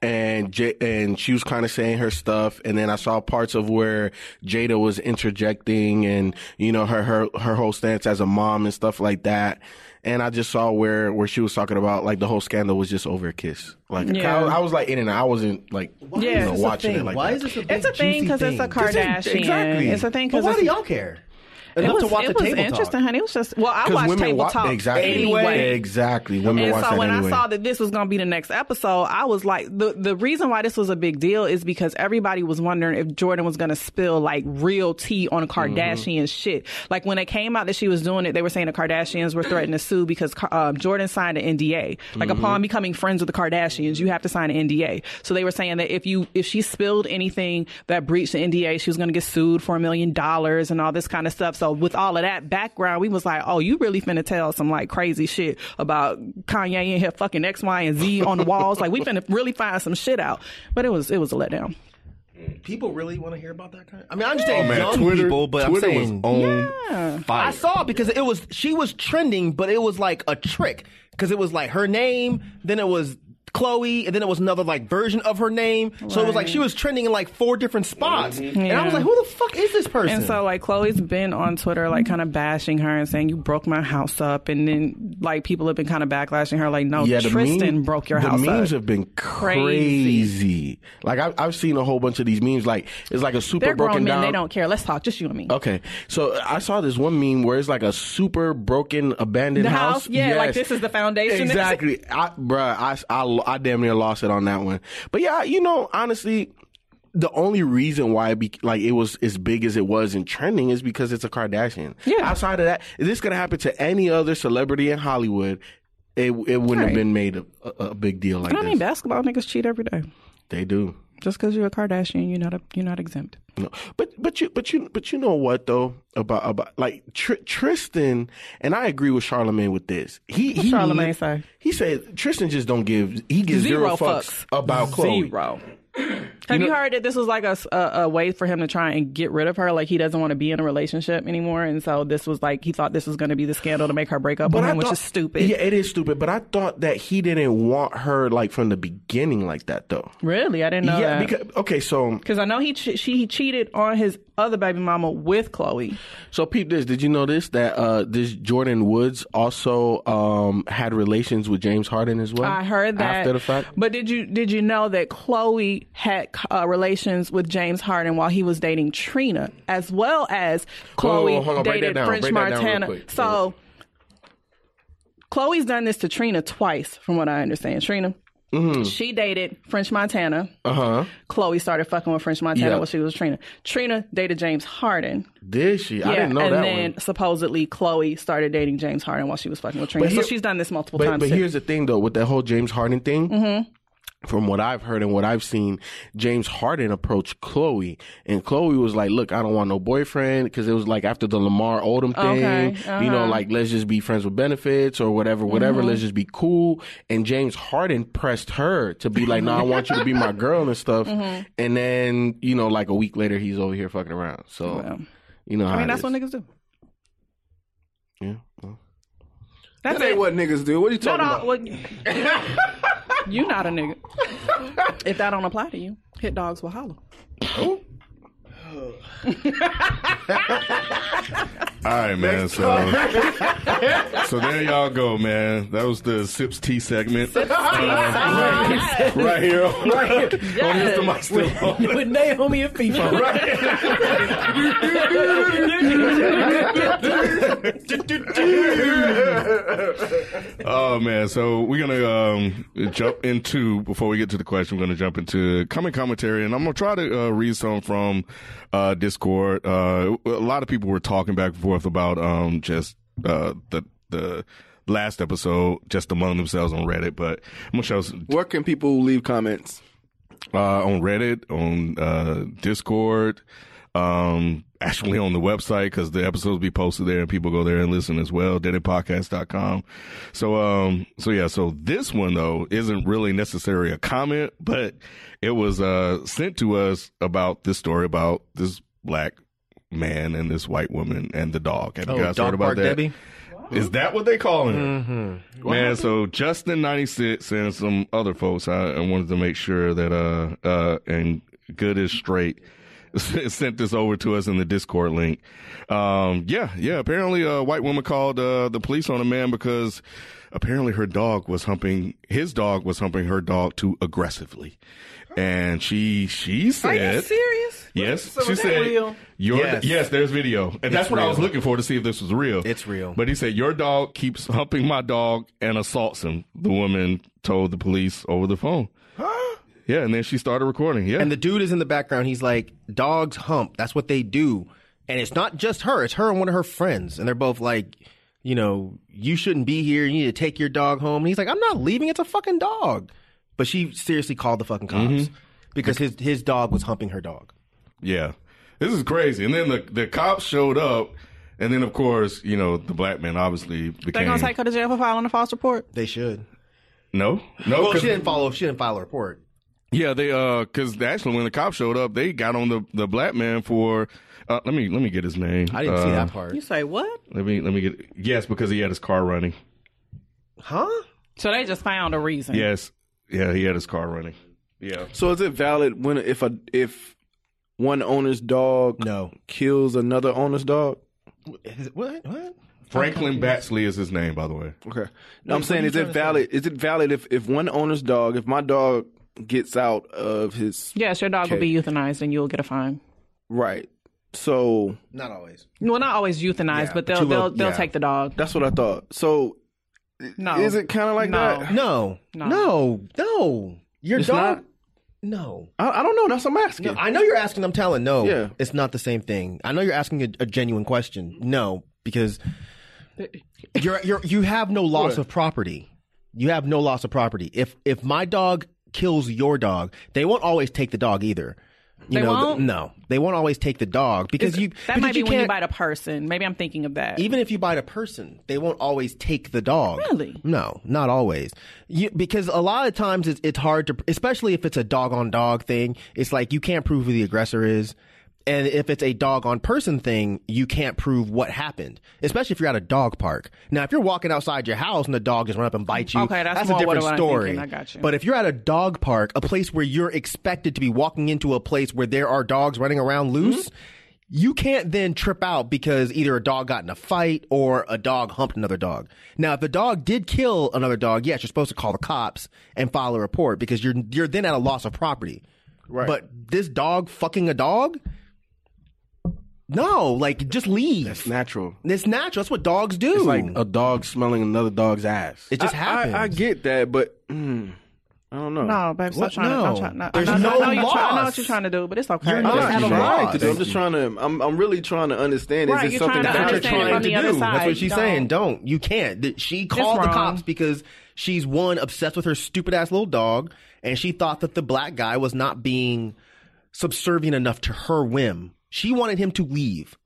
and J- and she was kind of saying her stuff and then I saw parts of where Jada was interjecting and you know her her her whole stance as a mom and stuff like that. And I just saw where where she was talking about like the whole scandal was just over a kiss. Like
Yeah.
I, I was like in and out. I wasn't like you
Yeah.
know,
It's a
watching
thing.
it like
Why
that.
is this a big It's a thing 'cause juicy it's a thing?
This is-
Kardashian.
Exactly.
It's a thing
But
'cause
why
it's-
do y'all care?
It
Enough
was,
to watch
it
the
was
table
interesting,
talk.
honey. It was just well, I
'Cause
watched
women
table
wa-
talk
exactly.
anyway.
Exactly. Women
and
watch
so
that
when
anyway.
I saw that this was going to be the next episode, I was like, the the reason why this was a big deal is because everybody was wondering if Jordan was going to spill like real tea on
Mm-hmm.
Kardashian shit. Like when it came out that she was doing it, they were saying the Kardashians were threatening to sue because uh, Jordan signed an NDA. Like
Mm-hmm.
upon becoming friends with the Kardashians, you have to sign an NDA. So they were saying that if you if she spilled anything that breached the NDA, she was going to get sued for a million dollars and all this kind of stuff. So with all of that background, we was like, oh, you really finna tell some like crazy shit about Kanye in here fucking X, Y, and Z on the walls. like we finna really find some shit out. But it was it was a letdown.
People really want to hear about that kind. Of, I mean, I understand
Oh, man,
young
Twitter-
people, but
Twitter
I'm
was
saying
Um,
on fire.
I saw it because it was she was trending, but it was like a trick because it was like her name, then it was Chloe, and then it was another like version of her name. So it was like
Right.
she was trending in like four different spots, and I was
Yeah.
like, who the fuck is this person?
And so like Chloe's been on Twitter like kind of bashing her and saying you broke my house up, and then like people have been kind of backlashing her like no
the
Tristan
meme-
broke your
the
house
memes
up.
have been
Crazy.
crazy. Like I've, I've seen a whole bunch of these memes. Like it's like a super
They're grown
broken
men.
down.
They don't care. Let's talk. Just you and me.
Okay, so I saw this one meme where it's like a super broken abandoned
The
house.
house? Yeah, like this is the foundation. *laughs*
Exactly, I, bruh. I, I I damn near lost it on that one. But yeah, you know, honestly, the only reason why it be, like it was as big as it was in trending is because it's a Kardashian.
Yeah.
Outside of that, if this could happen to any other celebrity in Hollywood, it it wouldn't have
Right.
been made a, a, a big deal like
And I
this.
mean basketball niggas cheat every day.
They do.
Just because you're a Kardashian, you're not a, you're not exempt.
No, but but you but you but you know what though about about like Tr- Tristan and I agree with Charlemagne with this. He
What
he
Charlemagne say?
he said Tristan just don't give he gives zero,
Zero
fucks,
fucks.
about Chloe.
*clears throat* Zero. Have you, heard that this was like a, s- a- a way for him to try and get rid of her? Like he doesn't want to be in a relationship anymore, and so this was like he thought this was going to be the scandal to make her break up with him, which is stupid.
Yeah, it is stupid. But I thought that he didn't want her like from the beginning like that though.
Really, I didn't know
yeah,
that.
because okay, so
Because I know he che- she he cheated on his other baby mama with Chloe.
So peep this. Did you notice that uh, this Jordan Woods also um, had relations with James Harden as well?
I heard that
after the fact.
But did you did you know that Chloe had uh, relations with James Harden while he was dating Trina, as well as
Whoa,
Chloe
whoa, whoa, hold on. Break that
dated
down.
French
Break that down real
Montana?
quick.
So Chloe's done this to Trina twice, from what I understand. Trina.
Mm-hmm.
She dated French Montana.
Uh huh.
Chloe started fucking with French Montana
Yeah.
while she was Trina. Trina dated James Harden.
Did she? I didn't know
and
that
then
one.
supposedly Chloe started dating James Harden while she was fucking with Trina.
But here-
so she's done this multiple
But,
times. Mm-hmm.
but
too.
here's the thing, though, with that whole James Harden thing. From what I've heard and what I've seen, James Harden approached Chloe, and Chloe was like, "Look, I don't want no boyfriend," because it was like after the Lamar Odom thing,
Okay,
you know,
uh-huh. Mm-hmm.
like let's just be friends with benefits or whatever, whatever. Let's just be cool. And James Harden pressed her to be like, "No, I want you to be
*laughs*
my girl and stuff."
Mm-hmm.
And then you know, like a week later, he's over here fucking around. So
Well.
you know, how
I mean,
it
that's
is.
what niggas do.
Yeah, well.
That's
That ain't
it.
what niggas do. What are you
No,
talking
no,
about?
*laughs* well, you not a nigga. If that don't apply to you, hit dogs will holler.
All right, man. So,
*laughs*
so there y'all go, man. That was the Sips Tea segment. Uh, right here. on- on Mr. Mike Still On.
with Naomi and FIFA. *laughs*
*laughs* Oh man, so we're gonna um, jump into before we get to the question. We're gonna jump into coming commentary, and I'm gonna try to uh, read some from uh, Discord. Uh, a lot of people were talking back and forth about um, just uh, the the last episode, just among themselves on Reddit. But I'm gonna show some,
Where can people leave comments?
uh, on Reddit, on uh, Discord. Um, actually on the website because the episodes be posted there and people go there and listen as well deadendpodcast.com so um so yeah so this one though isn't really necessarily a comment but it was uh sent to us about this story about this black man and this white woman and the dog have
Oh,
you guys
Dog
heard about
Park
that
Debbie?
is that what they calling her?
Mhm.
Man, so Justin ninety six and some other folks. I, I wanted to make sure that uh uh and good is straight *laughs* sent this over to us in the Discord link. Um, yeah, yeah. Apparently, a white woman called uh, the police on a man because apparently her dog was humping his dog was humping her dog too aggressively, and she she said.
serious?
Yes,
So
she
is that
said.
real?
Your, yes.
Yes.
there's video, and that's
It's
what I was
real.
looking for to see if this was real.
It's real.
But he said, Your dog keeps humping my dog and assaults him, the woman told the police over the phone. Yeah, and then she started recording. Yeah.
And the dude is in the background. He's like, dogs hump. That's what they do. And it's not just her, it's her and one of her friends. And they're both like, you know, you shouldn't be here. You need to take your dog home. And he's like, I'm not leaving. It's a fucking dog. But she seriously called the fucking cops because his, his dog was humping her dog.
yeah. This is crazy. And then the, the cops showed up, and then, of course, you know, the black man obviously
They're
became.
gonna take her to jail for filing a false report.
They should.
no? No,
well,
'cause-
she didn't follow. She didn't file a report.
Yeah, they uh, cause actually when the cops showed up, they got on the, the black man for uh, let me let me get his name.
I didn't see
Uh,
that part.
You say what?
Let me let me get yes because he had his car running.
Huh?
So they just found a reason.
Yes, yeah, he had his car running. Yeah,
So is it valid when if a if one owner's dog
No.
kills another owner's dog?
Is it- What? What?
Franklin Batsley is his name, by the way.
Okay. No, I'm
what
saying
are you
is
trying
it
to
valid? Is it valid if if one owner's dog, if my dog gets out of his
Yes, your dog will be euthanized and you'll get a fine.
right? So
Not always.
Well, not always euthanized, but they'll
you will-
they'll they'll
yeah.
take the dog.
that's what I thought. So
No,
is it kind of like
No.
that?
No.
No.
No. No. Your
It's
dog.
not?
No.
I, I don't know. That's what I'm asking.
No, I know you're asking. I'm telling. No,
Yeah.
it's not the same thing. I know you're asking a, a genuine question. No, because you're you're you have no loss of property. You have no loss of property. If if my dog kills your dog, they won't always take the dog either. You
They
know, th-
won't?
no, they won't always take the dog because you
that
because
might be
you
when you
can't-
bite a person. Maybe I'm thinking of that.
even if you bite a person, they won't always take the dog.
Really?
No, not always. You, because a lot of times it's, it's hard to, especially if it's a dog on dog thing, it's like you can't prove who the aggressor is. And if it's a dog on person thing, you can't prove what happened, especially if you're at a dog park. Now, if you're walking outside your house and the dog just run up and bite you,
Okay, that's
a
more what
different
I'm
story.
thinking. I got you.
But if you're at a dog park, a place where you're expected to be walking into a place where there are dogs running around loose, you can't then trip out because either a dog got in a fight or a dog humped another dog. Now, if the dog did kill another dog, yes, you're supposed to call the cops and file a report because you're you're then at a loss of property. Right. But this dog fucking a dog? No, like just leave.
That's natural.
It's natural. That's what dogs do.
It's like a dog smelling another dog's ass.
it just happens.
I, I get that, but mm, I don't know.
no, babe, stop
What?
trying to. I'm
No.
trying, no,
There's
I know, I
no
know you're trying- I know
loss.
what you're trying to do, but it's okay.
You're
I
not
don't have a
Right.
right to do. I'm
Thank
just trying to. I'm, I'm really trying to understand. Is
Right,
it
you're
something
trying to
that you're
understand it
trying
from
to
the other
do?
side.
That's what she's
Don't.
saying. Don't. You can't. Th- She called the
wrong.
cops because she's one obsessed with her stupid ass little dog, and she thought that the black guy was not being subservient enough to her whim. She wanted him to leave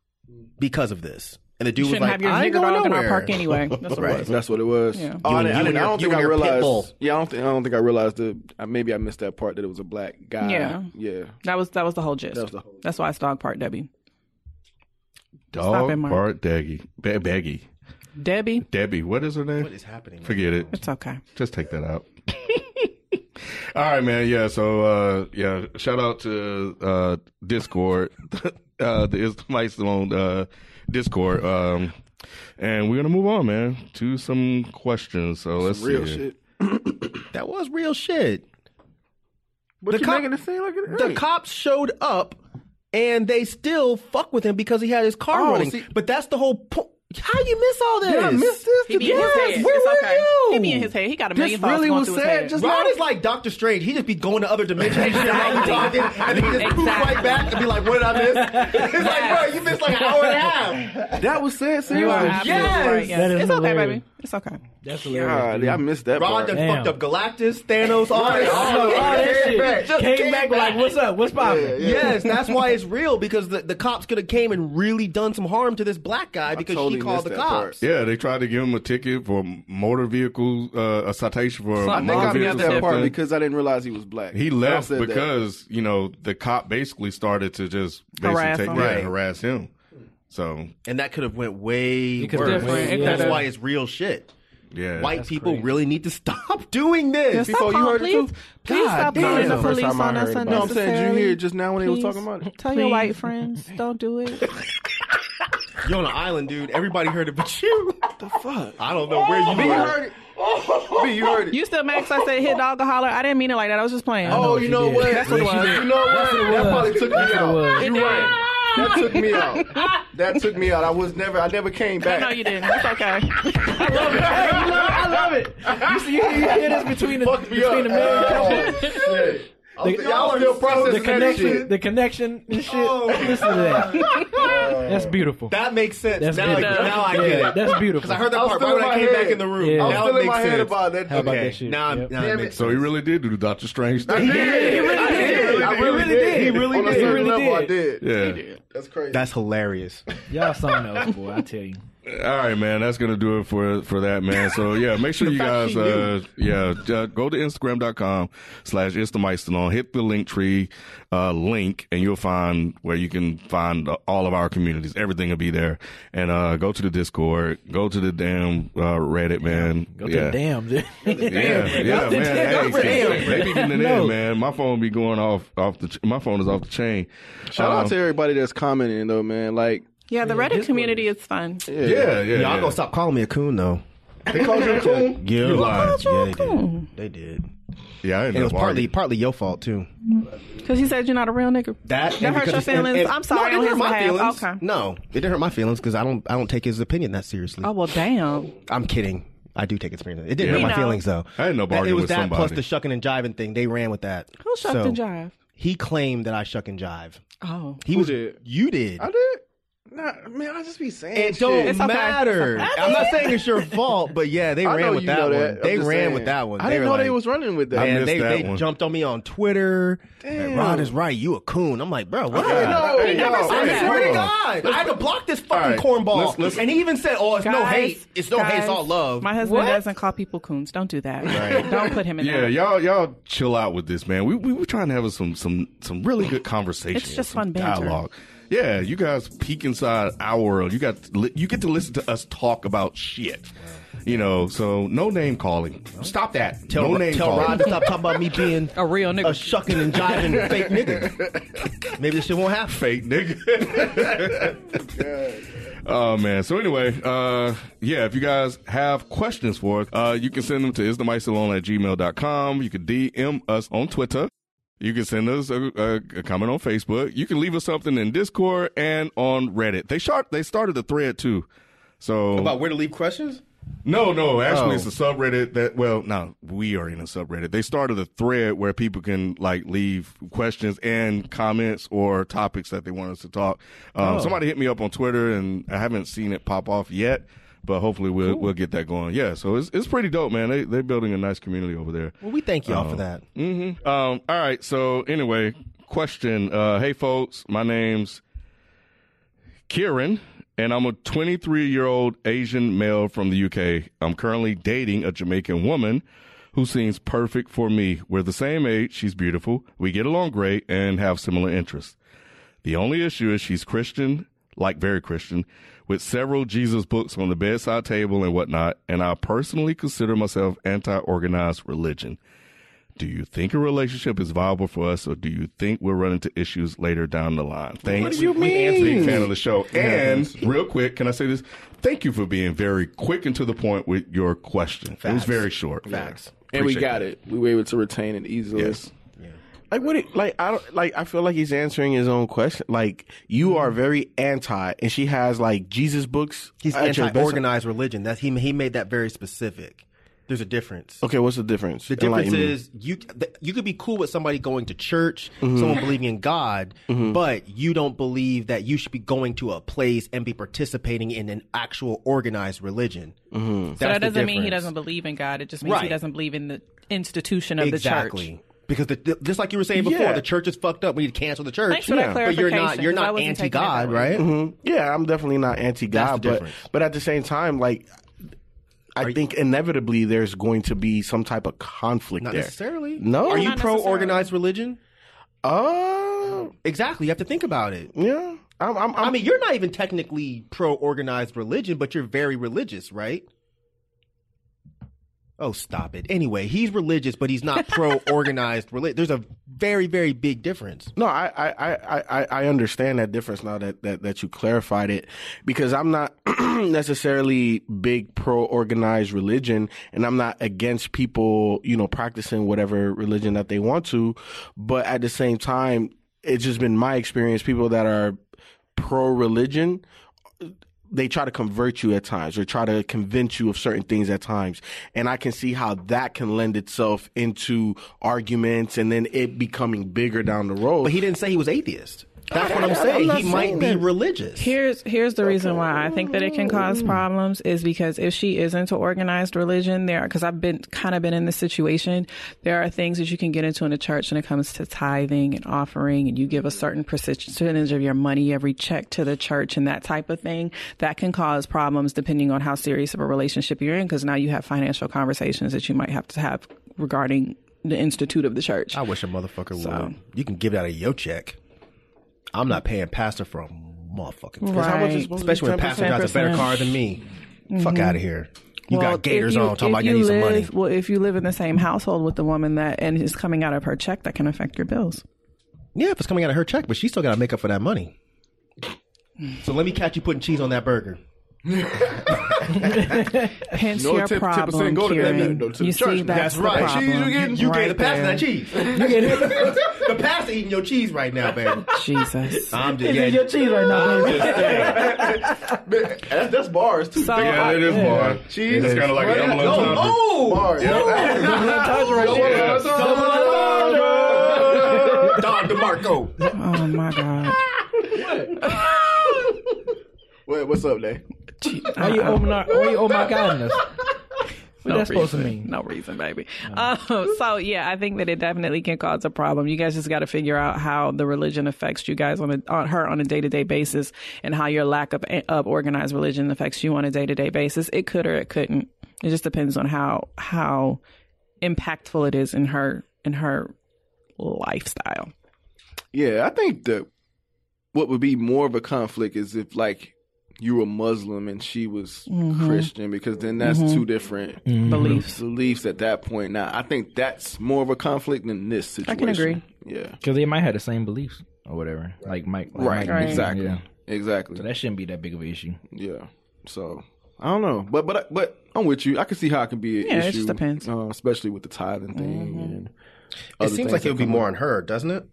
because of this, and the dude
You
was
shouldn't
like,
have your
"I ain't
nigger
going
dog in
nowhere."
our park
*laughs*
anyway. That's what it was.
That's what it was.
Yeah.
Oh,
You
I, didn't, I
and- you
didn't- I
and your-
don't
you
think I
and your pit bull.
realized. Yeah, I don't think I don't think I realized the. I, maybe I missed that part that it was a black guy.
Yeah.
yeah.
That was that was the whole gist.
That was the whole-
That's why it's dog part Debbie. Stop it,
Dog
Mark.
Bart Daggy, ba- Baggy,
Debbie,
Debbie. What is her name? What is happening? Forget it.
it's okay.
Just take that out. All right, man. Yeah. So, uh, yeah. Shout out to uh, Discord, *laughs* uh, the Islamites on uh, Discord, um, and we're gonna move on, man, to some questions. So let's
Real
see.
shit.
That was real shit.
But
The
you
cop-
making it seem like it
The
ain't.
cops showed up, and they still fuck with him because he had his car
Oh,
running.
see-
but that's the whole point. How you miss all this?
I missed this?
He be in
Yes,
his head.
where
it's
were
okay.
you?
He be in his head. He got a
This
million thoughts
really
going
was
through his
sad
head.
just
Ron is like Doctor Strange. He just be going to other dimensions and shit around *laughs* talking, and then he just poof
Exactly.
right back and be like, "What did I miss?" It's like, bro, you missed like an hour and a half.
That was sad.
you are
Serious.
absolutely
Yes!
right. Yes.
That is
It's okay,
hilarious.
baby. It's okay.
That's
God, I missed that part.
Ronda fucked up Galactus, Thanos, all
Right,
that,
all
all
of it.
that
Yeah,
shit.
yeah.
Oh, Just
Came back like, "What's up? What's poppin'?"
Yeah, yeah.
Yes, that's why it's real because the, the cops could have came and really done some harm to this black guy because
totally
she called
missed
the
that
cops.
Yeah, they tried to give him a ticket for motor vehicle, uh, a citation for
I
a
think
motor
I
vehicle.
missed that part
something.
because I didn't realize he was black.
he
Y'all
left
said that.
because you know the cop basically started to just basically
Harass
take
him.
yeah,
Right.
harass him. So
And that could have went way
could've
worse.
went way-
That's
yeah.
why it's real shit.
yeah,
White people really need to *laughs* stop doing this.
Stop
you
calling-
heard it too?
please, Please
God
stop
damn.
calling
That's
the
the first
police
time I
on us
heard about it.
No, I'm
unnecessarily.
saying, did you hear it just now when they was
Please.
talking about it?
Tell your white friends, don't
*laughs*
do it.
You're on an island, dude. Everybody heard it but you. What the fuck? I don't know where you
B, you
were.
heard it. B, you heard it.
You still max? I said hit dog a holler. I didn't mean it like that. I was just playing.
oh, you know what?
That's what it was.
You know what? That probably took me out.
It
You're
did.
right. That took me out. That took me out. I was never. I never came back.
No, you didn't. It's okay. *laughs*
I love it. You see, you hear this between the
Fucked me
between
up.
the man and the
Oh, shit. I'm- Y'all are still
the
processing that
connection,
shit.
the connection and shit. Listen to that. *laughs* That's beautiful.
Oh. That makes sense.
That's
now,
beautiful.
now I get
yeah,
it.
That's beautiful.
Because I heard that
I'm
part
still
right when
in
I
my
came back
head.
in the room.
Yeah.
Now
I'm
it
I'm still in
makes
my head
sense.
about that.
How about
Okay,
that shit?
Now, I'm-
Yep.
now it
Damn
makes
So he really did do the Doctor Strange
I
thing.
did. I did. I really did.
He really
On a
did. He
certain
really
level, I
did.
did.
Yeah.
That's crazy.
That's hilarious.
Y'all something else, boy. I tell you.
All right, man. That's gonna do it for for that, man. So yeah, make sure you guys, uh, yeah, uh, go to Instagram.com slash Instamaistalon. Hit the link tree uh, link, and you'll find where you can find uh, all of our communities. Everything will be there. And uh, go to the Discord. Go to the damn uh, Reddit, man.
Go
yeah.
to damn. dude.
*laughs* Yeah, yeah,
Go to
man.
damn.
Hey, they be getting it
No.
in, man. My phone be going off off the. Ch- my phone is off the chain.
Shout
Um,
out to everybody that's commenting though, man. Like,
Yeah, the Reddit community is fun.
yeah, yeah.
Y'all
yeah.
gonna stop calling me a coon though.
they called
*laughs*
you a coon.
Yeah, you lied. Yeah, they
coon.
did. They did.
Yeah, I
And it was
ended up
partly
arguing.
partly your fault too.
Because you said you're not a real nigga.
That
that
and
hurt
because-
your
and-
feelings.
and-
I'm sorry
No,
on
it
his
didn't hurt my
behalf.
feelings.
Okay.
No, it didn't hurt my feelings because I don't I don't take his opinion that seriously.
Oh well, damn.
I'm kidding. I do take it seriously. It didn't
Yeah.
hurt
We
my
know.
feelings though.
I had no
That-
bargain
It was
with
that plus
somebody.
the shucking and jiving thing. They ran with that.
Who shucked
So,
and jive?
He claimed that I shuck and jive.
Oh,
He was
did?
you did.
I did. Nah, man, I just be saying
It
shit.
don't
okay.
matter. I'm not saying it's your fault, but yeah, they
I
ran
know
with
you
that
know
one.
that. I'm
They
just
ran
saying.
with that one.
I didn't
were
know they
like-
was running with
I
that.
Man,
missed
they,
that
they
one.
jumped on me on Twitter. Like, Rod is right. You a coon. I'm like, bro, what?
No,
I
he never
said
swear
that.
to God, I had to block this fucking
All right,
cornball.
let's- let's-
and he even said, "Oh, it's no
Guys,
hate. It's no hate. It's
guys,
all love."
My husband doesn't call people coons. Don't do that. Don't put him in.
Yeah,
that.
y'all, y'all chill out with this, man. We we were trying to have some some some really good conversation.
It's just
some
fun banter.
dialogue. Yeah, you guys peek inside our world. You got to li- you get to listen to us talk about shit. You know, so no name calling. Stop that.
tell
no
Ro-
name
tell
calling.
Rod to stop talking
*laughs*
about me being
a real
a
nigga.
shucking
*laughs*
and jiving fake nigga. Maybe this shit won't happen.
fake nigga. oh man. So anyway, uh, yeah, if you guys have questions for us, uh, you can send them to isthemisalon at gmail.com. You can DM us on Twitter. You can send us a, a, a comment on Facebook. You can leave us something in Discord and on Reddit. They start they started the thread too. So
About where to leave questions?
no, no. Actually,
Oh.
it's a subreddit that. Well, no, we are in a subreddit. They started a thread where people can like leave questions and comments or topics that they want us to talk. Um, Somebody hit me up on Twitter, and I haven't seen it pop off yet, but hopefully we'll we'll get that going. Yeah, so it's it's pretty dope, man. They they're building a nice community over there.
Well, we thank y'all for that.
Mm-hmm. Um, all right. So anyway, question. Uh, hey, folks. My name's Kieran, and I'm a 23 year old Asian male from the UK. I'm currently dating a Jamaican woman who seems perfect for me. We're the same age. She's beautiful. We get along great and have similar interests. The only issue is she's Christian, like very Christian, with several Jesus books on the bedside table and whatnot. And I personally consider myself anti organized religion. Do you think a relationship is viable for us, or do you think we'll run into issues later down the line? Thanks. What do you mean? Big fan of the show. And real quick, can I say this? Thank you for being very quick and to the point with your question. It was very short. Facts.
and we got it. We were able to retain it easily.
Yes.
Like what? It, like I don't like. I feel like he's answering his own question. Like
Mm-hmm.
you are very anti, and she has like Jesus books.
He's
at your bedside.
anti-organized religion. That's he. He made that very specific. There's a difference.
Okay, what's the difference?
The difference
Enlighten me.
is you th- you could be cool with somebody going to church,
Mhm.
someone believing in God,
Mhm.
but you don't believe that you should be going to a place and be participating in an actual organized religion.
Mm-hmm.
so that doesn't mean he doesn't believe in God. It just means he
Right.
doesn't believe in the institution of
exactly.
the church.
Because the, the- just like you were saying before,
Yeah.
the church is fucked up. We need to cancel the church.
Thanks for that Yeah.
But you're not
clarification,
you're
'cause I
not
wasn't
anti
taking it
God,
that way.
right?
Mhm. Yeah, I'm definitely not
That's the
anti-God, but
difference.
but at the same time, like I think inevitably there's going to be some type of conflict
Not
there.
necessarily.
No,
Are you pro organized religion?
Uh
exactly. You have to think about it.
Yeah. I'm, I'm,
i mean, you're not even technically pro organized religion, but you're very religious, right? Oh, stop it. Anyway, he's religious, but he's
*laughs*
not pro organized religion. There's a very, very big difference.
No, I I, I, I- I, I understand that difference now that, that, that you clarified it because I'm not *clears throat* necessarily big pro organized religion and I'm not against people, you know, practicing whatever religion that they want to. But at the same time, it's just been my experience people that are pro religion they try to convert you at times or try to convince you of certain things at times. And I can see how that can lend itself into arguments and then it becoming bigger down the road. But he
didn't say he was atheist. That's what I'm
I'm
saying.
not
he might
saying
be
that.
religious.
Here's here's the reason why I think that it can cause problems is because if she is into organized religion, there because I've been kind of been in this situation, there are things that you can get into in a church when it comes to tithing and offering, and you give a certain percentage of your money every check to the church and that type of thing. That can cause problems depending on how serious of a relationship you're in, because now you have financial conversations that you might have to have regarding the institute of the church.
I wish a motherfucker would. You can give it out of your check. I'm not paying pastor for a motherfucking thing.
Right. How much is supposed to be
Especially when pastor
10%?
drives a better car than me. Fuck
Mhm.
out of here. You
Well,
got gators
if you-
on talking
if
about you
you
need some money.
live- Well, if you live in the same household with the woman that and is coming out of her check, that can affect your bills.
Yeah, if it's coming out of her check, but she still got to make up for that money. So let me catch you putting cheese on that burger.
Hence
No,
your
10%
problem,
go to that
Kieran.
man, though, to
you
the church.
see,
That's
that's, the
right.
problem.
Cheese, you getting- you gave the pastor that cheese. You *laughs*
get it.
the pastor eating your cheese right now, baby.
Jesus.
I'm
Is
just
it your cheese right now,
I'm
baby?
just saying.
That's, that's bars too.
So,
Yeah, it is bar.
Cheese.
It's kind of like
Right?
a double
No,
entendre.
oh! Bars.
Yeah.
Don DeMarco.
Oh my god.
Wait, what's up, Day?
Why you oh my, why you oh my godness? What
No
that supposed to
reason.
mean?
No reason, baby. *laughs* Um, so yeah, I think that it definitely can cause a problem. You guys just got to figure out how the religion affects you guys on a, on her on a day to day basis, and how your lack of eh, of organized religion affects you on a day to day basis. It could or it couldn't. It just depends on how how impactful it is in her in her lifestyle.
Yeah, I think that what would be more of a conflict is if like you were Muslim and she was
Mhm.
Christian, because then that's
Mhm.
two different
Mhm.
Mm-hmm.
Beliefs.
Beliefs at that point. Now, I think that's more of a conflict than this situation.
I can agree.
Yeah.
Because they might have the same beliefs or whatever. Like Mike. like
Right.
Mike
Right.
mentioned,
Exactly.
yeah.
Exactly.
So that shouldn't be that big of an issue.
Yeah. So I don't know, but but but I'm with you. I can see how it can be an
Yeah,
issue.
it just depends. Mm-hmm.
uh, especially with the tithing thing. And
It
other
seems
things
like it
that
would be
come
more
up.
on her, doesn't it?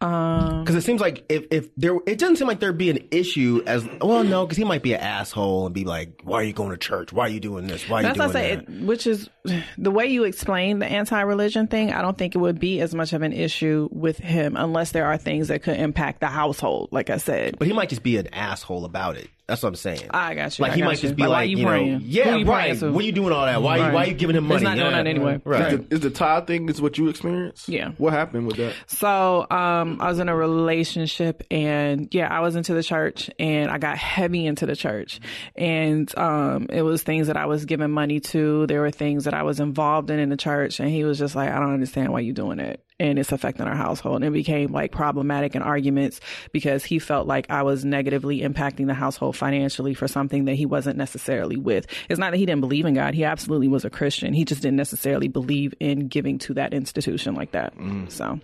Um,
Because it seems like if, if there, it doesn't seem like there'd be an issue as well. No, because he might be an asshole and be like, "Why are you going to church? Why are you doing this? Why are
That's
you
what
doing
I say,
that?"
it, which is the way you explain the anti-religion thing. I don't think it would be as much of an issue with him unless there are things that could impact the household. Like I said,
but he might just be an asshole about it. That's what I'm saying.
I got you.
Like
I
he
got
might
you.
just be
Like,
like,
why you
you, know,
praying? Who
yeah,
you praying
right.
to?
What are you doing all that? Why
Right.
why are you giving him money?
It's not going
Yeah.
on anyway.
Right.
Is the, is the tithe thing is what you experienced?
Yeah.
What happened with that?
So um, I was in a relationship, and yeah, I was into the church, and I got heavy into the church, and um, it was things that I was giving money to. There were things that I was involved in in the church, and he was just like, "I don't understand why you're doing it." And it's affecting our household. And it became like problematic and arguments because he felt like I was negatively impacting the household financially for something that he wasn't necessarily with. It's not that he didn't believe in God. He absolutely was a Christian. He just didn't necessarily believe in giving to that institution like that. So.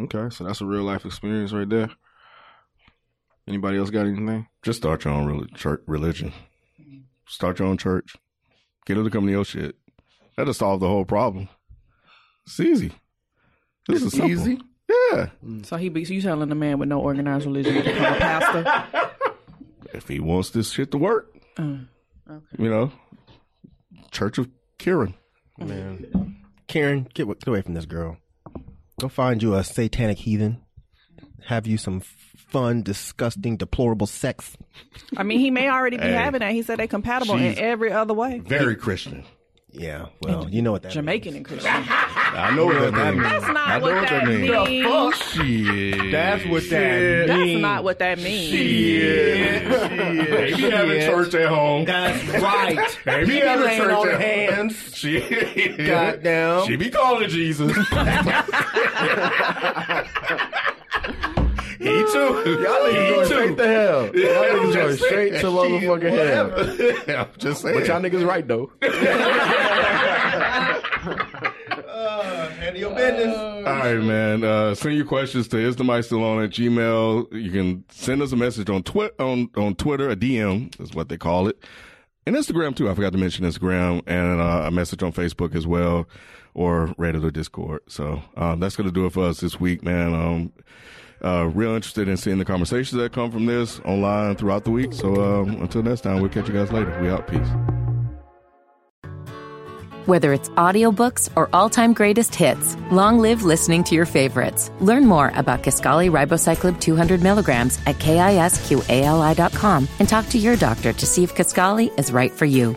Okay, so that's a real life experience right there. Anybody else got anything?
Just start your own rel- church, religion. Start your own church. Get her to come to your shit. That'll solve the whole problem. It's easy. This is simple.
easy?
Yeah.
So he be so you telling a man with no organized religion to become a pastor?
Oh,
If he wants this shit to work,
Mm.
you know, church of Kieran.
Man. Karen, get, wa- get away from this girl. Go find you a satanic heathen. Have you some fun, disgusting, deplorable sex.
I mean, he may already be
Hey.
having that. He said they compatible in
She's
every other way.
Very Christian.
Yeah, well, you know what that
Jamaican and Christian.
I know what that means.
That's not
I know
what
what
that means. The fuck?
Shit.
That's what that
Shit.
That's not what that means.
Shit. If you having church at home.
That's right.
If you having church at home. Shit.
Goddamn.
She be calling
*laughs*
Jesus. He too.
Y'all niggas
He
going
too.
straight to hell. Y'all niggas
I'm
going
just
straight to
saying.
motherfucking hell.
Whatever. *laughs* Yeah, I'm just saying.
But y'all niggas right though.
Handle your business.
All right, man. Uh, send your questions to is the mic still on at Gmail. You can send us a message on twi- on on Twitter, a DM is what they call it, and Instagram too. I forgot to mention Instagram and uh, a message on Facebook as well, or Reddit or Discord. So um, that's gonna do it for us this week, man. Um, uh, real interested in seeing the conversations that come from this online throughout the week. So um, until next time, we'll catch you guys later. We out. Peace.
Whether it's audiobooks or all-time greatest hits, long live listening to your favorites. Learn more about Kaskali Ribocyclib 200 milligrams at kisqali.com and talk to your doctor to see if Kaskali is right for you.